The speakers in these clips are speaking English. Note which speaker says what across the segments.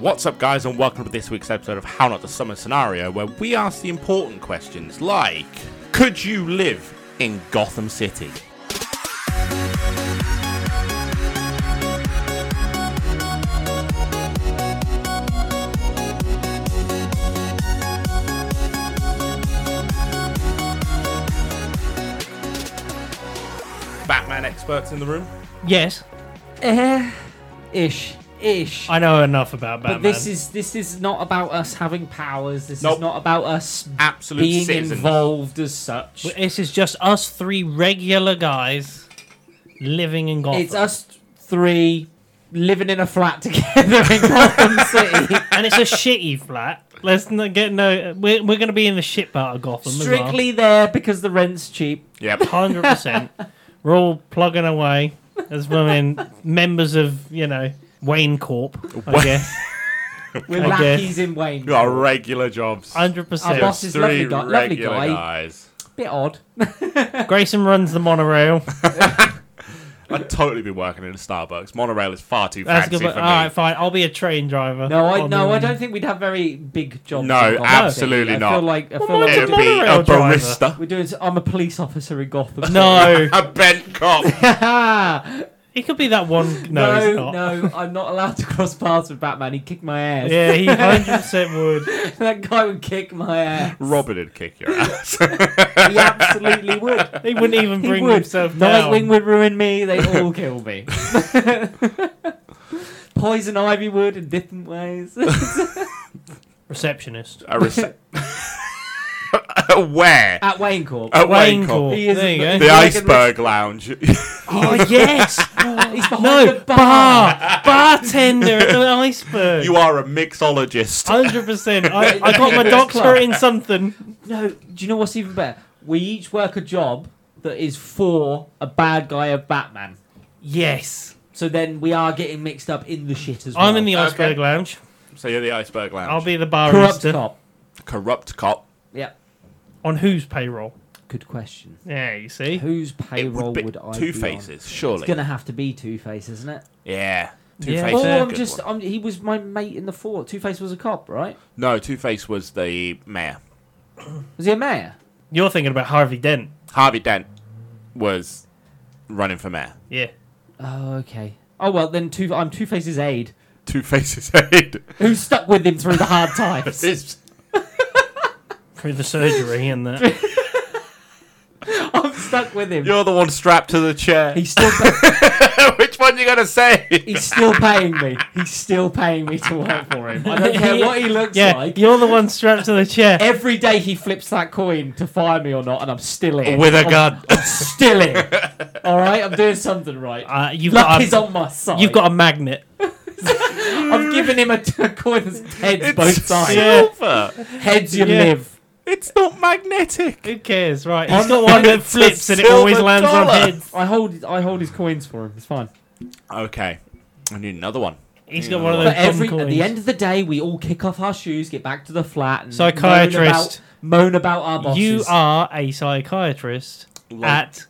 Speaker 1: What's up, guys, and welcome to this week's episode of How Not to Summon Scenario, where we ask the important questions like Could you live in Gotham City? Batman experts in the room?
Speaker 2: Yes,
Speaker 3: Eh, ish, ish.
Speaker 2: I know enough about Batman.
Speaker 3: but this is this is not about us having powers. This
Speaker 1: Nope.
Speaker 3: is not about us
Speaker 1: Absolute
Speaker 3: being
Speaker 1: citizens.
Speaker 3: involved as such.
Speaker 2: this is just us three regular guys living in Gotham.
Speaker 3: It's us three living in a flat together in Gotham City.
Speaker 2: and it's a shitty flat. Let's not get no. We're, we're going to be in the shit part of Gotham.
Speaker 3: Strictly there because the rent's cheap.
Speaker 1: Yep.
Speaker 2: hundred percent. We're all plugging away as women, members of you know Wayne Corp. I
Speaker 1: Wa-
Speaker 2: guess
Speaker 3: We're
Speaker 2: I guess.
Speaker 3: lackeys in Wayne.
Speaker 1: Our regular jobs.
Speaker 2: hundred
Speaker 3: Our boss
Speaker 2: percent.
Speaker 3: is
Speaker 1: Three
Speaker 3: lovely guy. Lovely
Speaker 1: regular
Speaker 3: guy.
Speaker 1: guys.
Speaker 3: Bit odd.
Speaker 2: Grayson runs the monorail.
Speaker 1: I'd totally be working in a Starbucks. Monorail is far too
Speaker 2: That's
Speaker 1: fancy
Speaker 2: good. But,
Speaker 1: for
Speaker 2: all
Speaker 1: me.
Speaker 2: right, fine. I'll be a train driver.
Speaker 3: No, I
Speaker 2: on
Speaker 3: no,
Speaker 2: the-
Speaker 3: I don't think we'd have very big jobs.
Speaker 1: No,
Speaker 3: in Gotham
Speaker 1: absolutely
Speaker 3: City. I
Speaker 1: not.
Speaker 3: feel like I
Speaker 2: Well,
Speaker 3: feel
Speaker 2: not a
Speaker 3: like
Speaker 1: It'd
Speaker 3: we're-
Speaker 2: monorail
Speaker 1: be a
Speaker 2: driver.
Speaker 1: barista,
Speaker 3: we're doing. I'm a police officer in Gotham.
Speaker 2: No,
Speaker 1: a bent cop.
Speaker 2: it could be that one. No,
Speaker 3: No,
Speaker 2: it's
Speaker 3: no,
Speaker 2: not.
Speaker 3: I'm not allowed to cross paths with Batman. He'd kick my ass.
Speaker 2: Yeah, he hundred percent would.
Speaker 3: that guy would kick my ass.
Speaker 1: Robin would kick your ass.
Speaker 3: He absolutely would.
Speaker 2: He wouldn't even
Speaker 3: He
Speaker 2: bring
Speaker 3: would.
Speaker 2: himself down.
Speaker 3: Nightwing would ruin me. They'd all kill me. Poison Ivy would in different ways.
Speaker 2: Receptionist.
Speaker 1: a rece- Where?
Speaker 3: At Wayne Corp.
Speaker 1: At
Speaker 2: Wayne
Speaker 1: Wayne
Speaker 2: Corp.
Speaker 1: Corp.
Speaker 3: He is
Speaker 2: There you
Speaker 3: the-
Speaker 2: go.
Speaker 1: The Iceberg Lounge.
Speaker 2: Oh yes.
Speaker 3: He's behind
Speaker 2: no
Speaker 3: the bar.
Speaker 2: bar bartender at the iceberg.
Speaker 1: you are a mixologist.
Speaker 2: Hundred percent. I, I got my doctorate in something.
Speaker 3: No, do you know what's even better? We each work a job that is for a bad guy of Batman.
Speaker 2: Yes.
Speaker 3: So then we are getting mixed up in the shit as well.
Speaker 2: I'm in the
Speaker 1: Okay.
Speaker 2: iceberg lounge.
Speaker 1: So you're the Iceberg Lounge.
Speaker 2: I'll be the barista.
Speaker 3: corrupt cop.
Speaker 1: Corrupt cop.
Speaker 3: Yep.
Speaker 2: On whose payroll?
Speaker 3: Good question.
Speaker 2: Yeah, you see.
Speaker 3: Whose
Speaker 1: It
Speaker 3: payroll
Speaker 1: would
Speaker 3: would,
Speaker 1: be
Speaker 3: I be
Speaker 1: Two
Speaker 3: on?
Speaker 1: Faces,
Speaker 3: It's
Speaker 1: surely.
Speaker 3: gonna have to be Two Face, isn't it?
Speaker 1: Yeah. Two
Speaker 2: Yeah.
Speaker 1: Face
Speaker 2: It's
Speaker 3: Or
Speaker 1: is a
Speaker 3: I'm
Speaker 1: good
Speaker 3: just
Speaker 1: one.
Speaker 3: I'm, he was my mate in the fort. Two Face was a cop, right?
Speaker 1: No, Two Face was the mayor.
Speaker 3: Was he a mayor?
Speaker 2: You're thinking about Harvey Dent.
Speaker 1: Harvey Dent was running for mayor.
Speaker 2: Yeah.
Speaker 3: Oh, okay. Oh well, then two. I'm Two Face's aide,
Speaker 1: Two Faces aid.
Speaker 3: who stuck with him through the hard times.
Speaker 1: It's-
Speaker 2: Through the surgery and that.
Speaker 3: I'm stuck with him.
Speaker 1: You're the one strapped to the chair.
Speaker 3: He's still pa-
Speaker 1: Which one you gonna say?
Speaker 3: he's still paying me. He's still paying me to work for him. I don't care what he looks
Speaker 2: Yeah.
Speaker 3: like.
Speaker 2: You're the one strapped to the chair.
Speaker 3: Every day he flips that coin to fire me or not, and I'm still in.
Speaker 1: With a
Speaker 3: I'm
Speaker 1: gun.
Speaker 3: still in. All right, I'm doing something right.
Speaker 2: Uh, you've
Speaker 3: Luck
Speaker 2: got
Speaker 3: is
Speaker 2: a,
Speaker 3: on my side.
Speaker 2: you've got a magnet.
Speaker 3: I've given him a, t- a coin that's heads both sides.
Speaker 1: silver.
Speaker 3: Heads you
Speaker 2: Yeah.
Speaker 3: live.
Speaker 1: It's not magnetic.
Speaker 2: Who cares? Right.
Speaker 3: On
Speaker 2: He's got
Speaker 3: the-
Speaker 2: one that
Speaker 1: it's a
Speaker 2: flips and it always
Speaker 1: silver
Speaker 2: lands on
Speaker 1: dollar.
Speaker 2: heads.
Speaker 3: I hold I hold his coins for him. It's fine.
Speaker 1: Okay, I need another one.
Speaker 2: He's
Speaker 1: Yeah.
Speaker 2: got one of those
Speaker 3: But
Speaker 2: dumb
Speaker 3: every
Speaker 2: coins.
Speaker 3: at the end of the day, we all kick off our shoes, get back to the flat, and
Speaker 2: Psychiatrist.
Speaker 3: moan about, moan about our bosses.
Speaker 2: You are a psychiatrist
Speaker 1: Like-
Speaker 2: at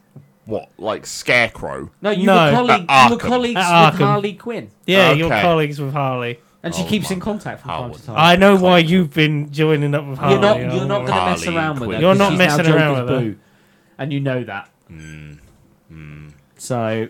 Speaker 1: What, like Scarecrow?
Speaker 3: no, you
Speaker 2: No.
Speaker 3: were colleague,
Speaker 1: At
Speaker 3: you
Speaker 1: Arkham.
Speaker 3: were colleagues
Speaker 2: At
Speaker 3: with
Speaker 2: Arkham.
Speaker 3: Harley Quinn,
Speaker 2: yeah your
Speaker 1: Okay.
Speaker 2: colleagues with Harley.
Speaker 3: and she
Speaker 1: Oh
Speaker 3: keeps
Speaker 1: my
Speaker 3: in contact from time
Speaker 1: Howard.
Speaker 3: to time.
Speaker 2: I know why you've been joining up with Harley.
Speaker 3: you're not you're not
Speaker 2: Oh,
Speaker 3: going to mess
Speaker 1: Harley
Speaker 3: around with her.
Speaker 1: Quinn.
Speaker 2: You're
Speaker 3: 'cause
Speaker 2: not
Speaker 3: she's now
Speaker 2: messing around
Speaker 3: Joker's
Speaker 2: with her.
Speaker 3: boo, and you know that.
Speaker 1: Mm.
Speaker 3: So,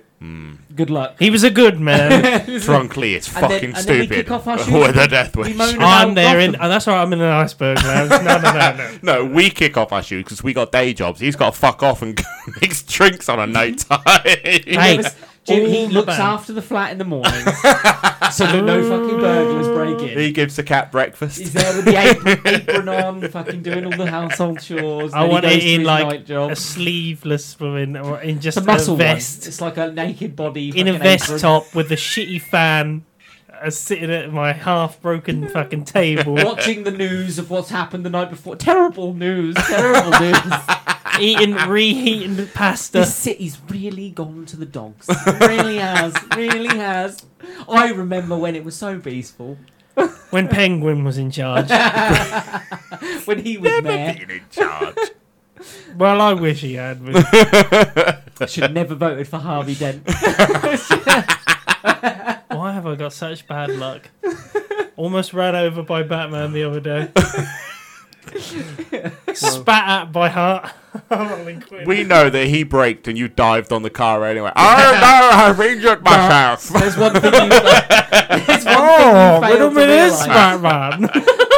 Speaker 3: good luck.
Speaker 2: He was a good man.
Speaker 1: Drunkly is
Speaker 3: And then-
Speaker 1: fucking
Speaker 3: and then we
Speaker 1: stupid.
Speaker 3: kick off our shoes
Speaker 1: With a
Speaker 3: again.
Speaker 1: death
Speaker 3: We
Speaker 1: wish.
Speaker 3: moan about
Speaker 2: I'm there in.
Speaker 3: Gotham.
Speaker 2: Oh, that's all right. I'm in an iceberg lounge. No, no, no, no.
Speaker 1: No, we kick off our shoes because we got day jobs. He's got to fuck off and go mix drinks on a night time.
Speaker 2: Hey,
Speaker 3: Jim- Jim, he
Speaker 2: all the
Speaker 3: looks
Speaker 2: band.
Speaker 3: after the flat in the morning, so that no fucking burglars break in.
Speaker 1: He gives the cat breakfast.
Speaker 3: He's there with the apron, apron on, fucking doing all the household chores.
Speaker 2: I
Speaker 3: then he
Speaker 2: want
Speaker 3: goes
Speaker 2: it
Speaker 3: to
Speaker 2: in
Speaker 3: his
Speaker 2: like
Speaker 3: night job.
Speaker 2: a sleeveless woman or in just
Speaker 3: It's a muscle
Speaker 2: a
Speaker 3: one.
Speaker 2: vest,
Speaker 3: It's like a naked body
Speaker 2: in a
Speaker 3: fucking
Speaker 2: vest
Speaker 3: apron.
Speaker 2: top with a shitty fan, uh, sitting at my half broken fucking table,
Speaker 3: Watching the news of what's happened the night before. Terrible news. Terrible news.
Speaker 2: eating reheating pasta.
Speaker 3: This city's really gone to the dogs. It really has. Really has. I remember when it was so peaceful.
Speaker 2: when Penguin was in charge.
Speaker 3: When he was mayor.
Speaker 1: Being in charge.
Speaker 2: well, I wish he had. But
Speaker 3: I should have never voted for Harvey Dent.
Speaker 2: why have I got such bad luck? Almost ran over by Batman the other day. Spat at by Hart. Harley Quinn.
Speaker 1: We know that he braked and you dived on the car anyway. I know, I've injured myself.
Speaker 3: There's one thing you. There's one
Speaker 2: Oh,
Speaker 3: thing you
Speaker 2: little
Speaker 3: failed to
Speaker 2: bit is
Speaker 3: realise.
Speaker 2: Batman.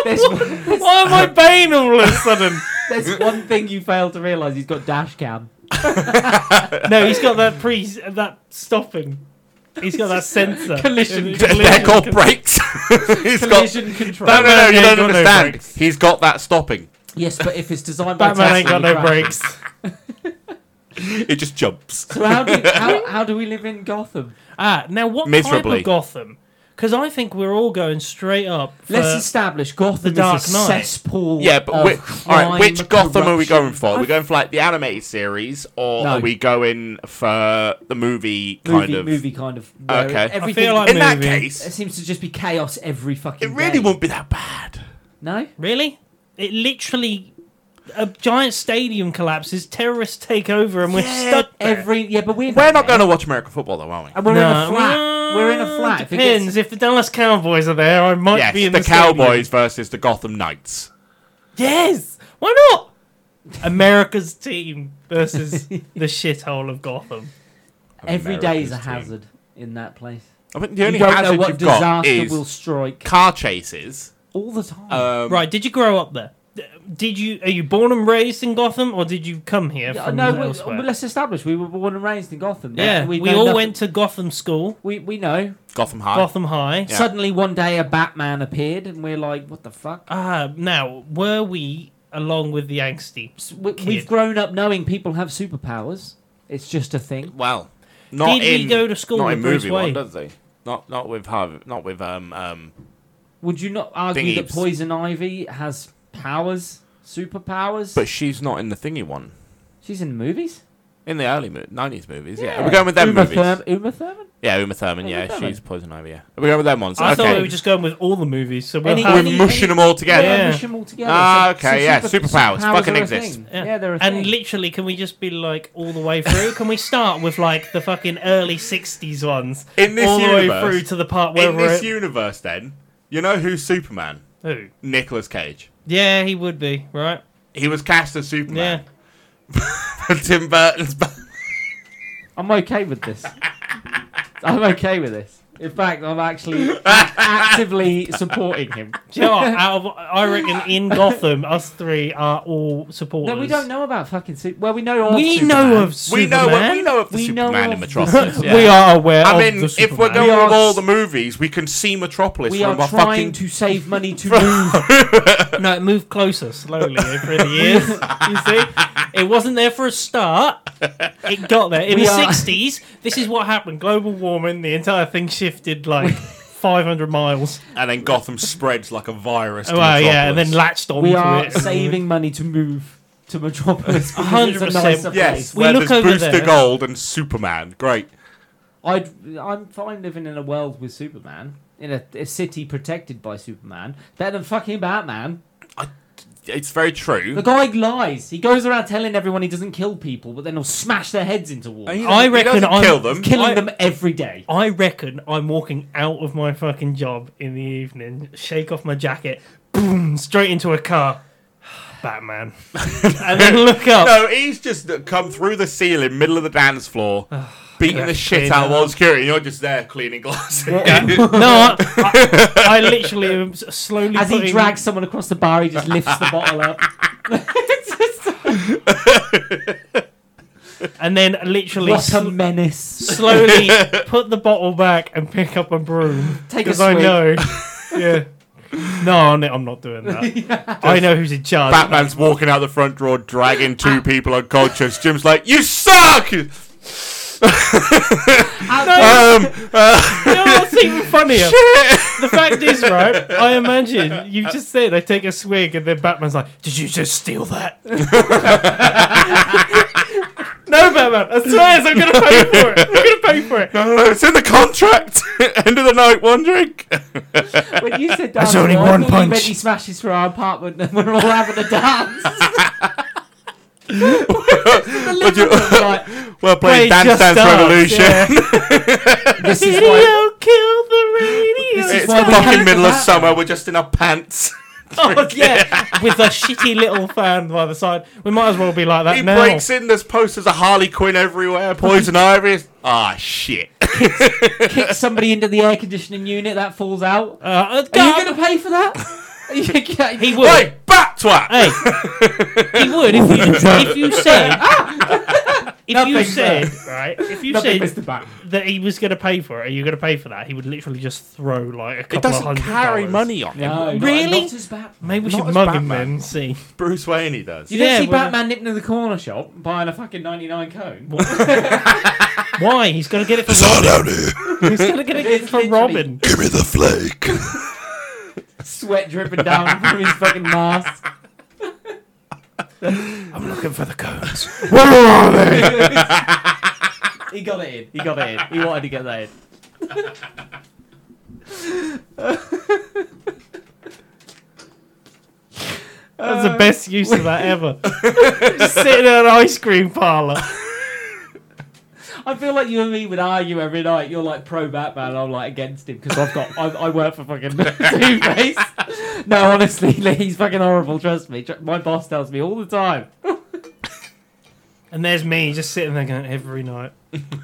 Speaker 3: There's one, there's,
Speaker 2: Why am I Bane all of a sudden?
Speaker 3: there's one thing you failed to realise. He's got dash cam.
Speaker 2: No, he's got that pre that stopping. He's got that sensor.
Speaker 3: Collision.
Speaker 2: And-
Speaker 1: They're called brakes. He's got.
Speaker 3: Collision control.
Speaker 1: No, no, no, you
Speaker 2: Batman ain't
Speaker 1: don't
Speaker 2: got no
Speaker 1: understand.
Speaker 2: brakes.
Speaker 1: He's got that stopping.
Speaker 3: Yes, but if it's designed by
Speaker 2: Batman ain't
Speaker 3: Tesla,
Speaker 2: got no
Speaker 3: you crash.
Speaker 2: brakes.
Speaker 1: It just jumps.
Speaker 3: So how do how, how do we live in Gotham?
Speaker 2: Ah, now what type
Speaker 1: Miserably.
Speaker 2: of Gotham? Because I think we're all going straight up. For,
Speaker 3: Let's establish Gotham
Speaker 2: The Dark
Speaker 3: is a
Speaker 2: Knight.
Speaker 3: cesspool.
Speaker 1: Yeah, but
Speaker 3: of
Speaker 1: which, all right,
Speaker 3: crime,
Speaker 1: which Gotham are we
Speaker 3: corruption.
Speaker 1: going for? Are we going for like the animated series, or
Speaker 3: No.
Speaker 1: are we going for the movie
Speaker 3: Movie,
Speaker 1: kind of?
Speaker 3: movie kind of. where
Speaker 1: Okay. I feel
Speaker 3: Everything
Speaker 2: like-
Speaker 1: In that
Speaker 2: Movie.
Speaker 3: it
Speaker 1: case,
Speaker 3: seems to just be chaos every fucking.
Speaker 1: it really
Speaker 3: day.
Speaker 1: won't be that bad.
Speaker 3: No.
Speaker 2: really? It literally, a giant stadium collapses, terrorists take over, and we're
Speaker 1: Yeah,
Speaker 2: stuck. There.
Speaker 3: Every yeah, but we're
Speaker 1: We're not
Speaker 3: there.
Speaker 1: going to watch American football though, are we?
Speaker 3: And we're in a
Speaker 2: No,
Speaker 3: flat. We're in a flat. If it gets-
Speaker 2: Depends. If the Dallas Cowboys are there, I might
Speaker 1: Yes,
Speaker 2: be in
Speaker 1: the,
Speaker 2: the, stadium.
Speaker 1: Cowboys versus the Gotham Knights.
Speaker 2: Yes. Why not? America's team versus the shithole of Gotham.
Speaker 3: Every day is a
Speaker 1: America's team.
Speaker 3: hazard in that place.
Speaker 1: I think the only
Speaker 3: you don't know
Speaker 1: hazard
Speaker 3: what
Speaker 1: you've got
Speaker 3: disaster
Speaker 1: is
Speaker 3: will strike
Speaker 1: car chases.
Speaker 3: all the time.
Speaker 1: Um,
Speaker 2: Oh, Right? Did you grow up there? Did you? Are you born and raised in Gotham, or did you come here
Speaker 3: Yeah,
Speaker 2: from
Speaker 3: no, we-
Speaker 2: elsewhere?
Speaker 3: well, let's establish we were born and raised in Gotham.
Speaker 2: yeah,
Speaker 3: we,
Speaker 2: we,
Speaker 3: know
Speaker 2: all
Speaker 3: nothing-
Speaker 2: went to Gotham School,
Speaker 3: We we know.
Speaker 1: Gotham High.
Speaker 2: Gotham High.
Speaker 1: Yeah.
Speaker 3: Suddenly one day a Batman appeared, and we're like, what the fuck?
Speaker 2: Ah, now were we along with the angsty?
Speaker 3: S- We,
Speaker 2: Kid.
Speaker 3: we've grown up knowing people have superpowers. It's just a thing.
Speaker 1: Well, not
Speaker 2: Did we
Speaker 1: in,
Speaker 2: go to school
Speaker 1: not
Speaker 2: with
Speaker 1: in
Speaker 2: Bruce
Speaker 1: movie
Speaker 2: Wayne?
Speaker 1: one, does he? Not not with Harvey, not with um um.
Speaker 3: Would you not argue
Speaker 1: Thingies.
Speaker 3: that Poison Ivy has powers, superpowers?
Speaker 1: But she's not in the thingy one.
Speaker 3: She's in movies.
Speaker 1: In the early nineties movies, yeah. We're going with them
Speaker 3: Uma
Speaker 1: movies.
Speaker 3: Thurman, Uma Thurman.
Speaker 1: Yeah, Uma Thurman.
Speaker 3: Uma
Speaker 1: Yeah,
Speaker 3: Thurman.
Speaker 1: she's Poison Ivy. Yeah, we're going with them ones.
Speaker 2: I
Speaker 1: okay,
Speaker 2: thought we were just going with all the movies. So we'll
Speaker 3: Any-
Speaker 2: have-
Speaker 1: we're
Speaker 3: any-
Speaker 1: mushing them all together.
Speaker 2: Yeah.
Speaker 3: Mush 'em all together.
Speaker 1: Ah, okay, yeah, superpowers fucking
Speaker 3: are a
Speaker 1: exist.
Speaker 3: thing.
Speaker 2: Yeah.
Speaker 3: Yeah. they're a
Speaker 2: and
Speaker 3: thing.
Speaker 2: literally, can we just be like all the way through? Can we start with like the fucking early '60s ones,
Speaker 1: In this
Speaker 2: all the way
Speaker 1: universe-
Speaker 2: through to the part where
Speaker 1: In
Speaker 2: we're
Speaker 1: this
Speaker 2: at-
Speaker 1: universe, then you know who's Superman?
Speaker 2: who?
Speaker 1: Nicolas Cage.
Speaker 2: Yeah, he would be right.
Speaker 1: He was cast as
Speaker 2: Yeah,
Speaker 1: Superman. Tim Burton's. Batman.
Speaker 3: I'm okay with this. I'm okay with this. In fact, I'm actually a- actively supporting him.
Speaker 2: Do you know what? Out of, I reckon in Gotham, us three are all supporters.
Speaker 3: No, we don't know about fucking super. Well, we know. Of
Speaker 2: We
Speaker 3: Superman.
Speaker 2: know of
Speaker 1: We know.
Speaker 2: Superman.
Speaker 1: We know of the
Speaker 3: We know
Speaker 1: Superman
Speaker 3: of
Speaker 1: in
Speaker 3: the-
Speaker 1: Metropolis. yeah.
Speaker 2: We are aware.
Speaker 1: I
Speaker 2: of
Speaker 1: mean,
Speaker 2: the
Speaker 1: if we're
Speaker 2: Superman.
Speaker 1: going
Speaker 3: We are
Speaker 1: with all the
Speaker 3: s-
Speaker 1: movies, we can see Metropolis
Speaker 3: We
Speaker 1: from
Speaker 3: are
Speaker 1: our fucking.
Speaker 3: trying to save money to move.
Speaker 2: No, it moved closer slowly over the years. you see, it wasn't there for a start. It got there in
Speaker 3: We
Speaker 2: the
Speaker 3: are-
Speaker 2: '60s. This is what happened: global warming. The entire thing shifted like 500 miles.
Speaker 1: and then Gotham spreads like a virus. To
Speaker 2: Oh well, yeah, and
Speaker 1: Metropolis.
Speaker 2: then latched on.
Speaker 3: we
Speaker 2: to
Speaker 3: are
Speaker 2: it.
Speaker 3: saving money to move to Metropolis. because it's a
Speaker 2: 100%.
Speaker 3: nicer
Speaker 1: Yes,
Speaker 3: place.
Speaker 2: We
Speaker 1: where
Speaker 2: look
Speaker 1: there's
Speaker 2: over
Speaker 1: Booster
Speaker 2: there.
Speaker 1: Gold and Superman. Great.
Speaker 3: I'd, I'm fine living in a world with Superman in a, a city protected by Superman. Better than fucking Batman.
Speaker 1: It's very true.
Speaker 3: The guy lies. He goes around telling everyone he doesn't kill people, but then he'll smash their heads into walls.
Speaker 1: He doesn't-
Speaker 2: I
Speaker 1: he
Speaker 2: reckon
Speaker 1: doesn't
Speaker 2: I'm-
Speaker 1: kill them.
Speaker 3: killing
Speaker 2: I-
Speaker 3: them every day.
Speaker 2: I reckon I'm walking out of my fucking job in the evening, shake off my jacket, boom, straight into a car. Batman. and then look up.
Speaker 1: No, he's just come through the ceiling, middle of the dance floor, beating the
Speaker 2: correct.
Speaker 1: shit out of all security. and You're just there cleaning glasses.
Speaker 2: No, I, I, I literally am s- slowly
Speaker 3: As he
Speaker 2: putting-
Speaker 3: drags someone across the bar, he just lifts the bottle up.
Speaker 2: and then literally
Speaker 3: What a
Speaker 2: sl-
Speaker 3: menace!
Speaker 2: slowly put the bottle back and pick up a broom
Speaker 3: Take a
Speaker 2: because I
Speaker 3: swig.
Speaker 2: know. yeah. No, I'm I'm not doing that. I know who's in charge.
Speaker 1: Batman's walking out the front door, dragging
Speaker 2: Ah.
Speaker 1: two people unconscious. Jim's like, "You suck." Um,
Speaker 2: You know what's even funnier? The fact is, right? I imagine you just said I take a swig, and then Batman's like, "Did you just steal that?" no, Batman. I swear, I'm gonna pay for it. I'm gonna pay for it.
Speaker 1: "Oh, it's in the contract. End of the night, one drink.
Speaker 3: when you said
Speaker 2: That's
Speaker 3: dance,
Speaker 2: only
Speaker 3: I
Speaker 2: one
Speaker 3: thought you
Speaker 2: punch.
Speaker 3: meant He smashes through our apartment, and we're all having a dance.
Speaker 1: Would you-
Speaker 3: Like,
Speaker 1: We're playing
Speaker 2: Play
Speaker 1: Dance
Speaker 2: Just
Speaker 1: Dance
Speaker 2: Dance,
Speaker 1: Revolution.
Speaker 2: yeah.
Speaker 3: this is
Speaker 2: Radio
Speaker 3: why.
Speaker 2: killed the radio.
Speaker 3: This is
Speaker 1: It's
Speaker 3: why we hate
Speaker 1: fucking
Speaker 3: the
Speaker 1: middle of
Speaker 3: Batman.
Speaker 1: summer. We're just in our pants.
Speaker 2: Oh, yeah, with a shitty little fan by the side. We might as well be like that
Speaker 1: he
Speaker 2: now.
Speaker 1: breaks in. There's posters of Harley Quinn everywhere. Poison Ivy. Ah, shit.
Speaker 3: Kick somebody into the air conditioning unit that falls out.
Speaker 2: Uh, uh,
Speaker 3: Are
Speaker 2: go-
Speaker 3: you going to pay for that?
Speaker 2: He would.
Speaker 1: Wait, bat twat.
Speaker 2: Hey, he would if you if you said if you
Speaker 3: Ah! Nothing,
Speaker 2: said right if you
Speaker 3: Nothing,
Speaker 2: said
Speaker 3: Mr. Batman.
Speaker 2: that he was going to pay for it, are you going to pay for that? He would literally just throw like a couple
Speaker 1: It doesn't
Speaker 2: of hundred
Speaker 1: carry
Speaker 2: dollars.
Speaker 1: money on him.
Speaker 3: No, not-
Speaker 2: Really?
Speaker 3: Not as Batman.
Speaker 2: Maybe we
Speaker 1: Not
Speaker 2: should
Speaker 1: as
Speaker 2: mug him
Speaker 1: Batman.
Speaker 2: then. See,
Speaker 1: Bruce Wayne, he does.
Speaker 3: You didn't
Speaker 2: Yeah,
Speaker 3: see
Speaker 2: well-
Speaker 3: Batman nipping to the corner shop buying a fucking 99 cone.
Speaker 2: why he's going to get it for Robin.
Speaker 1: down here.
Speaker 2: He's going to get it
Speaker 3: It's
Speaker 2: for
Speaker 3: literally-
Speaker 2: Robin.
Speaker 1: Give me the flake.
Speaker 3: Sweat dripping down from his fucking mask.
Speaker 2: I'm looking for the codes.
Speaker 3: He got it in. He got it in. He wanted to get that in.
Speaker 2: That's the best use of that ever. Just sitting in an ice cream parlor.
Speaker 3: I feel like you and me would argue every night. You're like pro Batman, I'm like against him because I've got I, I work for fucking Two Face. No, honestly, Lee, he's fucking horrible. Trust me. Tr- My boss tells me all the time.
Speaker 2: And there's me just sitting there going every night.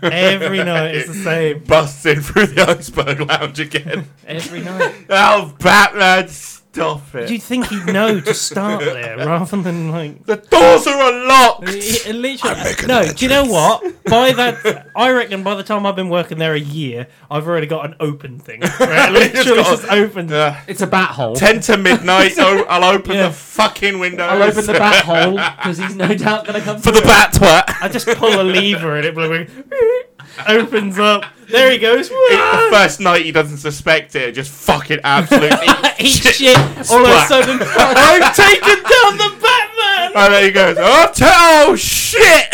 Speaker 2: Every night it's the same.
Speaker 1: Busts in through the iceberg lounge again.
Speaker 2: Every night.
Speaker 1: oh, Batman, stop it.
Speaker 2: You'd think he'd know to start there rather than like.
Speaker 1: The doors are unlocked.
Speaker 2: It- it Literally, no, do you know what? By that, I reckon by the time I've been working there a year, I've already got an open thing. Right? Literally
Speaker 1: It's got-
Speaker 2: just open.
Speaker 1: Uh,
Speaker 3: It's a bat hole. i
Speaker 1: Ten to midnight. oh, I'll open
Speaker 2: Yeah.
Speaker 1: the fucking window.
Speaker 3: I'll open the bat hole because he's no doubt gonna come
Speaker 1: for the bat twat.
Speaker 2: I just pull a lever and it blooming opens up. There he goes.
Speaker 1: the first night he doesn't suspect it. Just fucking absolutely.
Speaker 2: Eat shit. All of a sudden, I've taken down the Batman.
Speaker 1: and there he goes. Oh, t- oh shit!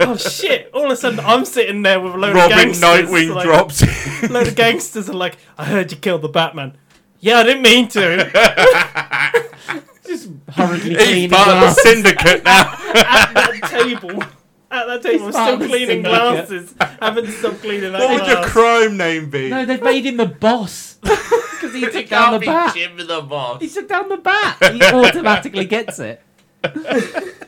Speaker 2: Oh shit! All of a sudden, I'm sitting there with a load of
Speaker 1: Robin
Speaker 2: gangsters.
Speaker 1: Nightwing
Speaker 2: like,
Speaker 1: drops.
Speaker 2: A load of gangsters are like, "I heard you killed the Batman." Yeah, I didn't mean to.
Speaker 3: Just hurriedly
Speaker 1: He's
Speaker 3: cleaning
Speaker 1: part of the
Speaker 3: glass.
Speaker 1: syndicate now.
Speaker 2: At that table. At that table, I'm
Speaker 3: It's part
Speaker 2: still
Speaker 3: of the
Speaker 2: cleaning
Speaker 3: syndicate.
Speaker 2: glasses. Haven't stopped cleaning that
Speaker 1: what would your
Speaker 2: glass.
Speaker 1: crime name be?
Speaker 3: No, they've made him the boss because he took down the bat.
Speaker 1: Jim the boss.
Speaker 3: He took down the bat. He automatically gets it.
Speaker 2: Have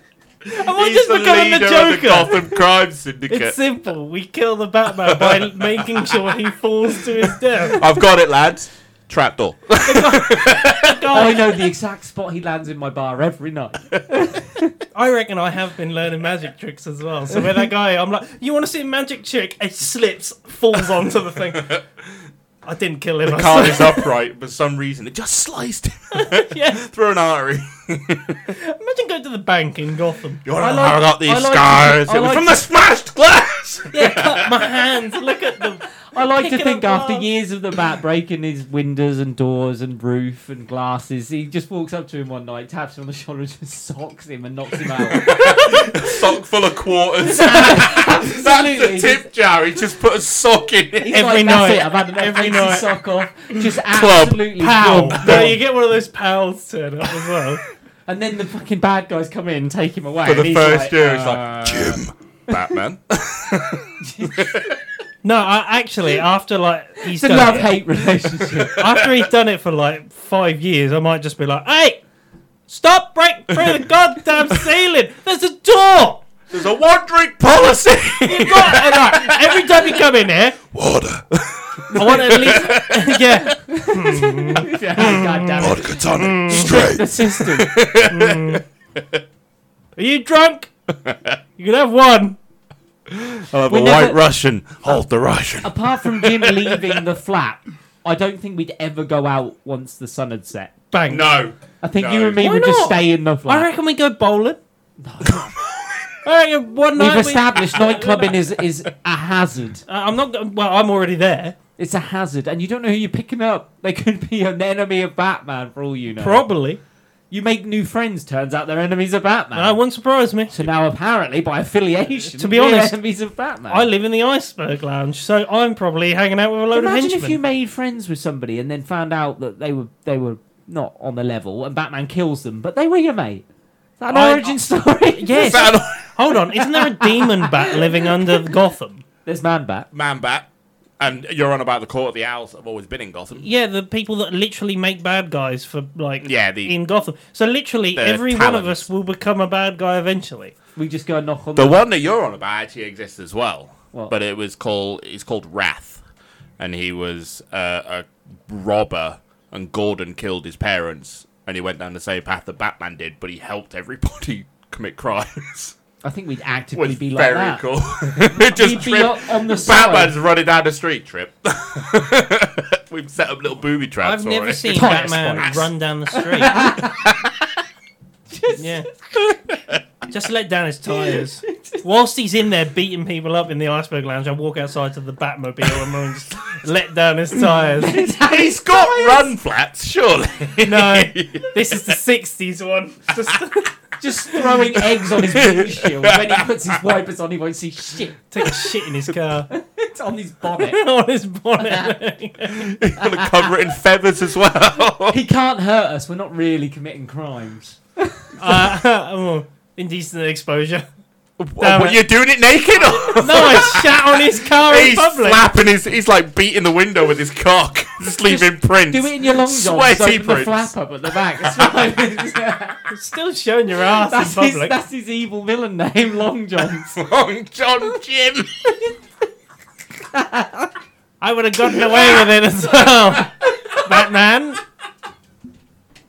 Speaker 2: I just becoming the
Speaker 1: of the
Speaker 2: Joker?
Speaker 1: Gotham Crime Syndicate.
Speaker 2: It's simple. We kill the Batman by making sure he falls to his death.
Speaker 1: I've got it, lads. Trapdoor.
Speaker 3: I know the exact spot he lands in my bar every night.
Speaker 2: I reckon I have been learning magic tricks as well. So where that guy, I'm like, you want to see a magic trick? It slips, falls onto the thing. I didn't kill him. I
Speaker 1: Card
Speaker 2: swear.
Speaker 1: is upright, but for some reason it just sliced him
Speaker 2: yeah.
Speaker 1: through an artery.
Speaker 2: Imagine going to the bank in Gotham.
Speaker 1: You want
Speaker 3: I
Speaker 1: to know
Speaker 3: like-
Speaker 1: how I got these
Speaker 3: I like-
Speaker 1: scars?
Speaker 3: I
Speaker 1: it was
Speaker 3: like-
Speaker 1: from the smashed glass.
Speaker 2: Yeah, cut my hands. Look at them.
Speaker 3: I like to
Speaker 2: Picking
Speaker 3: think
Speaker 2: up
Speaker 3: after
Speaker 2: glass.
Speaker 3: years of the bat breaking his windows and doors and roof and glasses, he just walks up to him one night, taps him on the shoulder, and just socks him and knocks him out.
Speaker 1: sock full of quarters. That's the
Speaker 3: Absolutely.
Speaker 1: tip jar. He just put a sock in it.
Speaker 3: He's
Speaker 2: Every
Speaker 3: like, That's
Speaker 2: night.
Speaker 3: it. I've had enough.
Speaker 2: Every
Speaker 3: Every
Speaker 2: night.
Speaker 3: sock off. Just
Speaker 1: Club.
Speaker 3: absolutely
Speaker 2: Pow.
Speaker 3: club.
Speaker 2: Oh, No, you get one of those pals turn up as well.
Speaker 3: And then the fucking bad guys come in and take him away.
Speaker 1: For the
Speaker 3: and he's
Speaker 1: first
Speaker 3: like,
Speaker 1: year,
Speaker 3: uh,
Speaker 1: it's like Jim, Batman.
Speaker 2: No, I, actually, after like he's
Speaker 3: It's a
Speaker 2: done
Speaker 3: love
Speaker 2: it-
Speaker 3: hate relationship.
Speaker 2: after he's done it for like five years, I might just be like, "Hey, stop breaking through the goddamn ceiling! There's a door."
Speaker 1: There's a one drink policy.
Speaker 2: God, and, like, every time you come in here,
Speaker 4: Water,
Speaker 2: I want at least yeah.
Speaker 3: Yeah, God damn it.
Speaker 4: vodka tonic,
Speaker 3: Mm.
Speaker 4: straight.
Speaker 3: The system.
Speaker 2: Are you drunk? You can have one.
Speaker 1: I'll have
Speaker 3: We
Speaker 1: a
Speaker 3: never-
Speaker 1: white Russian. Hold the Russian.
Speaker 3: Apart from him leaving the flat, I don't think we'd ever go out once the sun had set.
Speaker 2: Bang.
Speaker 1: No.
Speaker 3: I think
Speaker 1: No.
Speaker 3: you and me
Speaker 2: Why
Speaker 3: would just
Speaker 2: not?
Speaker 3: stay in the
Speaker 2: I
Speaker 3: flat.
Speaker 2: reckon we go bowling. I reckon one night.
Speaker 3: We've
Speaker 2: we-
Speaker 3: established nightclubbing is is a hazard.
Speaker 2: I- I'm not. go- Well, I'm already there.
Speaker 3: It's a hazard, and you don't know who you're picking up. They could be an enemy of Batman for all you know.
Speaker 2: Probably.
Speaker 3: you make new friends, turns out they're enemies of Batman.
Speaker 2: That wouldn't surprise me.
Speaker 3: so now apparently, by affiliation,
Speaker 2: To be
Speaker 3: we're
Speaker 2: honest,
Speaker 3: enemies of Batman.
Speaker 2: I live in the iceberg lounge, so I'm probably hanging out with a load of
Speaker 3: Imagine if you
Speaker 2: henchmen.
Speaker 3: made friends with somebody and then found out that they were they were not on the level, and Batman kills them, but they were your mate. Is that an
Speaker 2: I-
Speaker 3: origin story?
Speaker 2: Yes.
Speaker 1: Batman.
Speaker 2: Hold on, isn't there a demon bat living under Gotham?
Speaker 3: There's Man Bat.
Speaker 1: Man bat. And you're on about the Court of the Owls that have always been in Gotham.
Speaker 2: Yeah, the people that literally make bad guys for like
Speaker 1: Yeah, the-
Speaker 2: in Gotham. So literally,
Speaker 1: The
Speaker 2: every one of
Speaker 1: talents.
Speaker 2: us will become a bad guy eventually.
Speaker 3: We just go and knock on
Speaker 1: The
Speaker 3: the
Speaker 1: one that you're on about actually exists as well,
Speaker 3: What?
Speaker 1: but it was called it's called Wrath, and he was uh, a robber, and Gordon killed his parents, and he went down the same path that Batman did, but he helped everybody commit crimes.
Speaker 3: I think we'd
Speaker 1: Was
Speaker 3: actively be like
Speaker 1: very
Speaker 3: that.
Speaker 1: cool. It just
Speaker 3: He'd be
Speaker 1: trip.
Speaker 3: up on the
Speaker 1: Batman's
Speaker 3: side.
Speaker 1: running down the street. Trip. We've set up little booby traps.
Speaker 2: I've never
Speaker 1: already.
Speaker 2: seen
Speaker 3: Tires
Speaker 2: Batman
Speaker 1: spikes.
Speaker 2: run down the street. yeah. Just let down his tires. Whilst he's in there beating people up in the iceberg lounge, I walk outside to the Batmobile and I just let down his tires.
Speaker 1: He's got run flats, surely.
Speaker 2: No, this is the '60s one. Just
Speaker 3: Just throwing eggs on his windshield. when he puts his wipers on, he won't see shit.
Speaker 2: take a shit in his car
Speaker 3: It's on his bonnet.
Speaker 2: on his bonnet.
Speaker 1: He's gonna cover it in feathers as well.
Speaker 3: He can't hurt us. We're not really committing crimes.
Speaker 2: Uh, oh, indecent exposure. Damn
Speaker 1: what
Speaker 2: it.
Speaker 1: you're doing it naked? Or?
Speaker 2: No, I shat on his car in
Speaker 1: He's
Speaker 2: public.
Speaker 1: slapping his. He's like beating the window with his cock, just leaving prints.
Speaker 3: Do it in your long johns.
Speaker 1: Sweaty
Speaker 3: just Open the
Speaker 1: prints.
Speaker 3: flap up at the back. That's, fine.
Speaker 2: Still showing your ass
Speaker 3: that's,
Speaker 2: in
Speaker 3: his,
Speaker 2: public.
Speaker 3: that's his evil villain name, Long John.
Speaker 1: Long John Jim.
Speaker 2: I would have gotten away with it as well. Batman.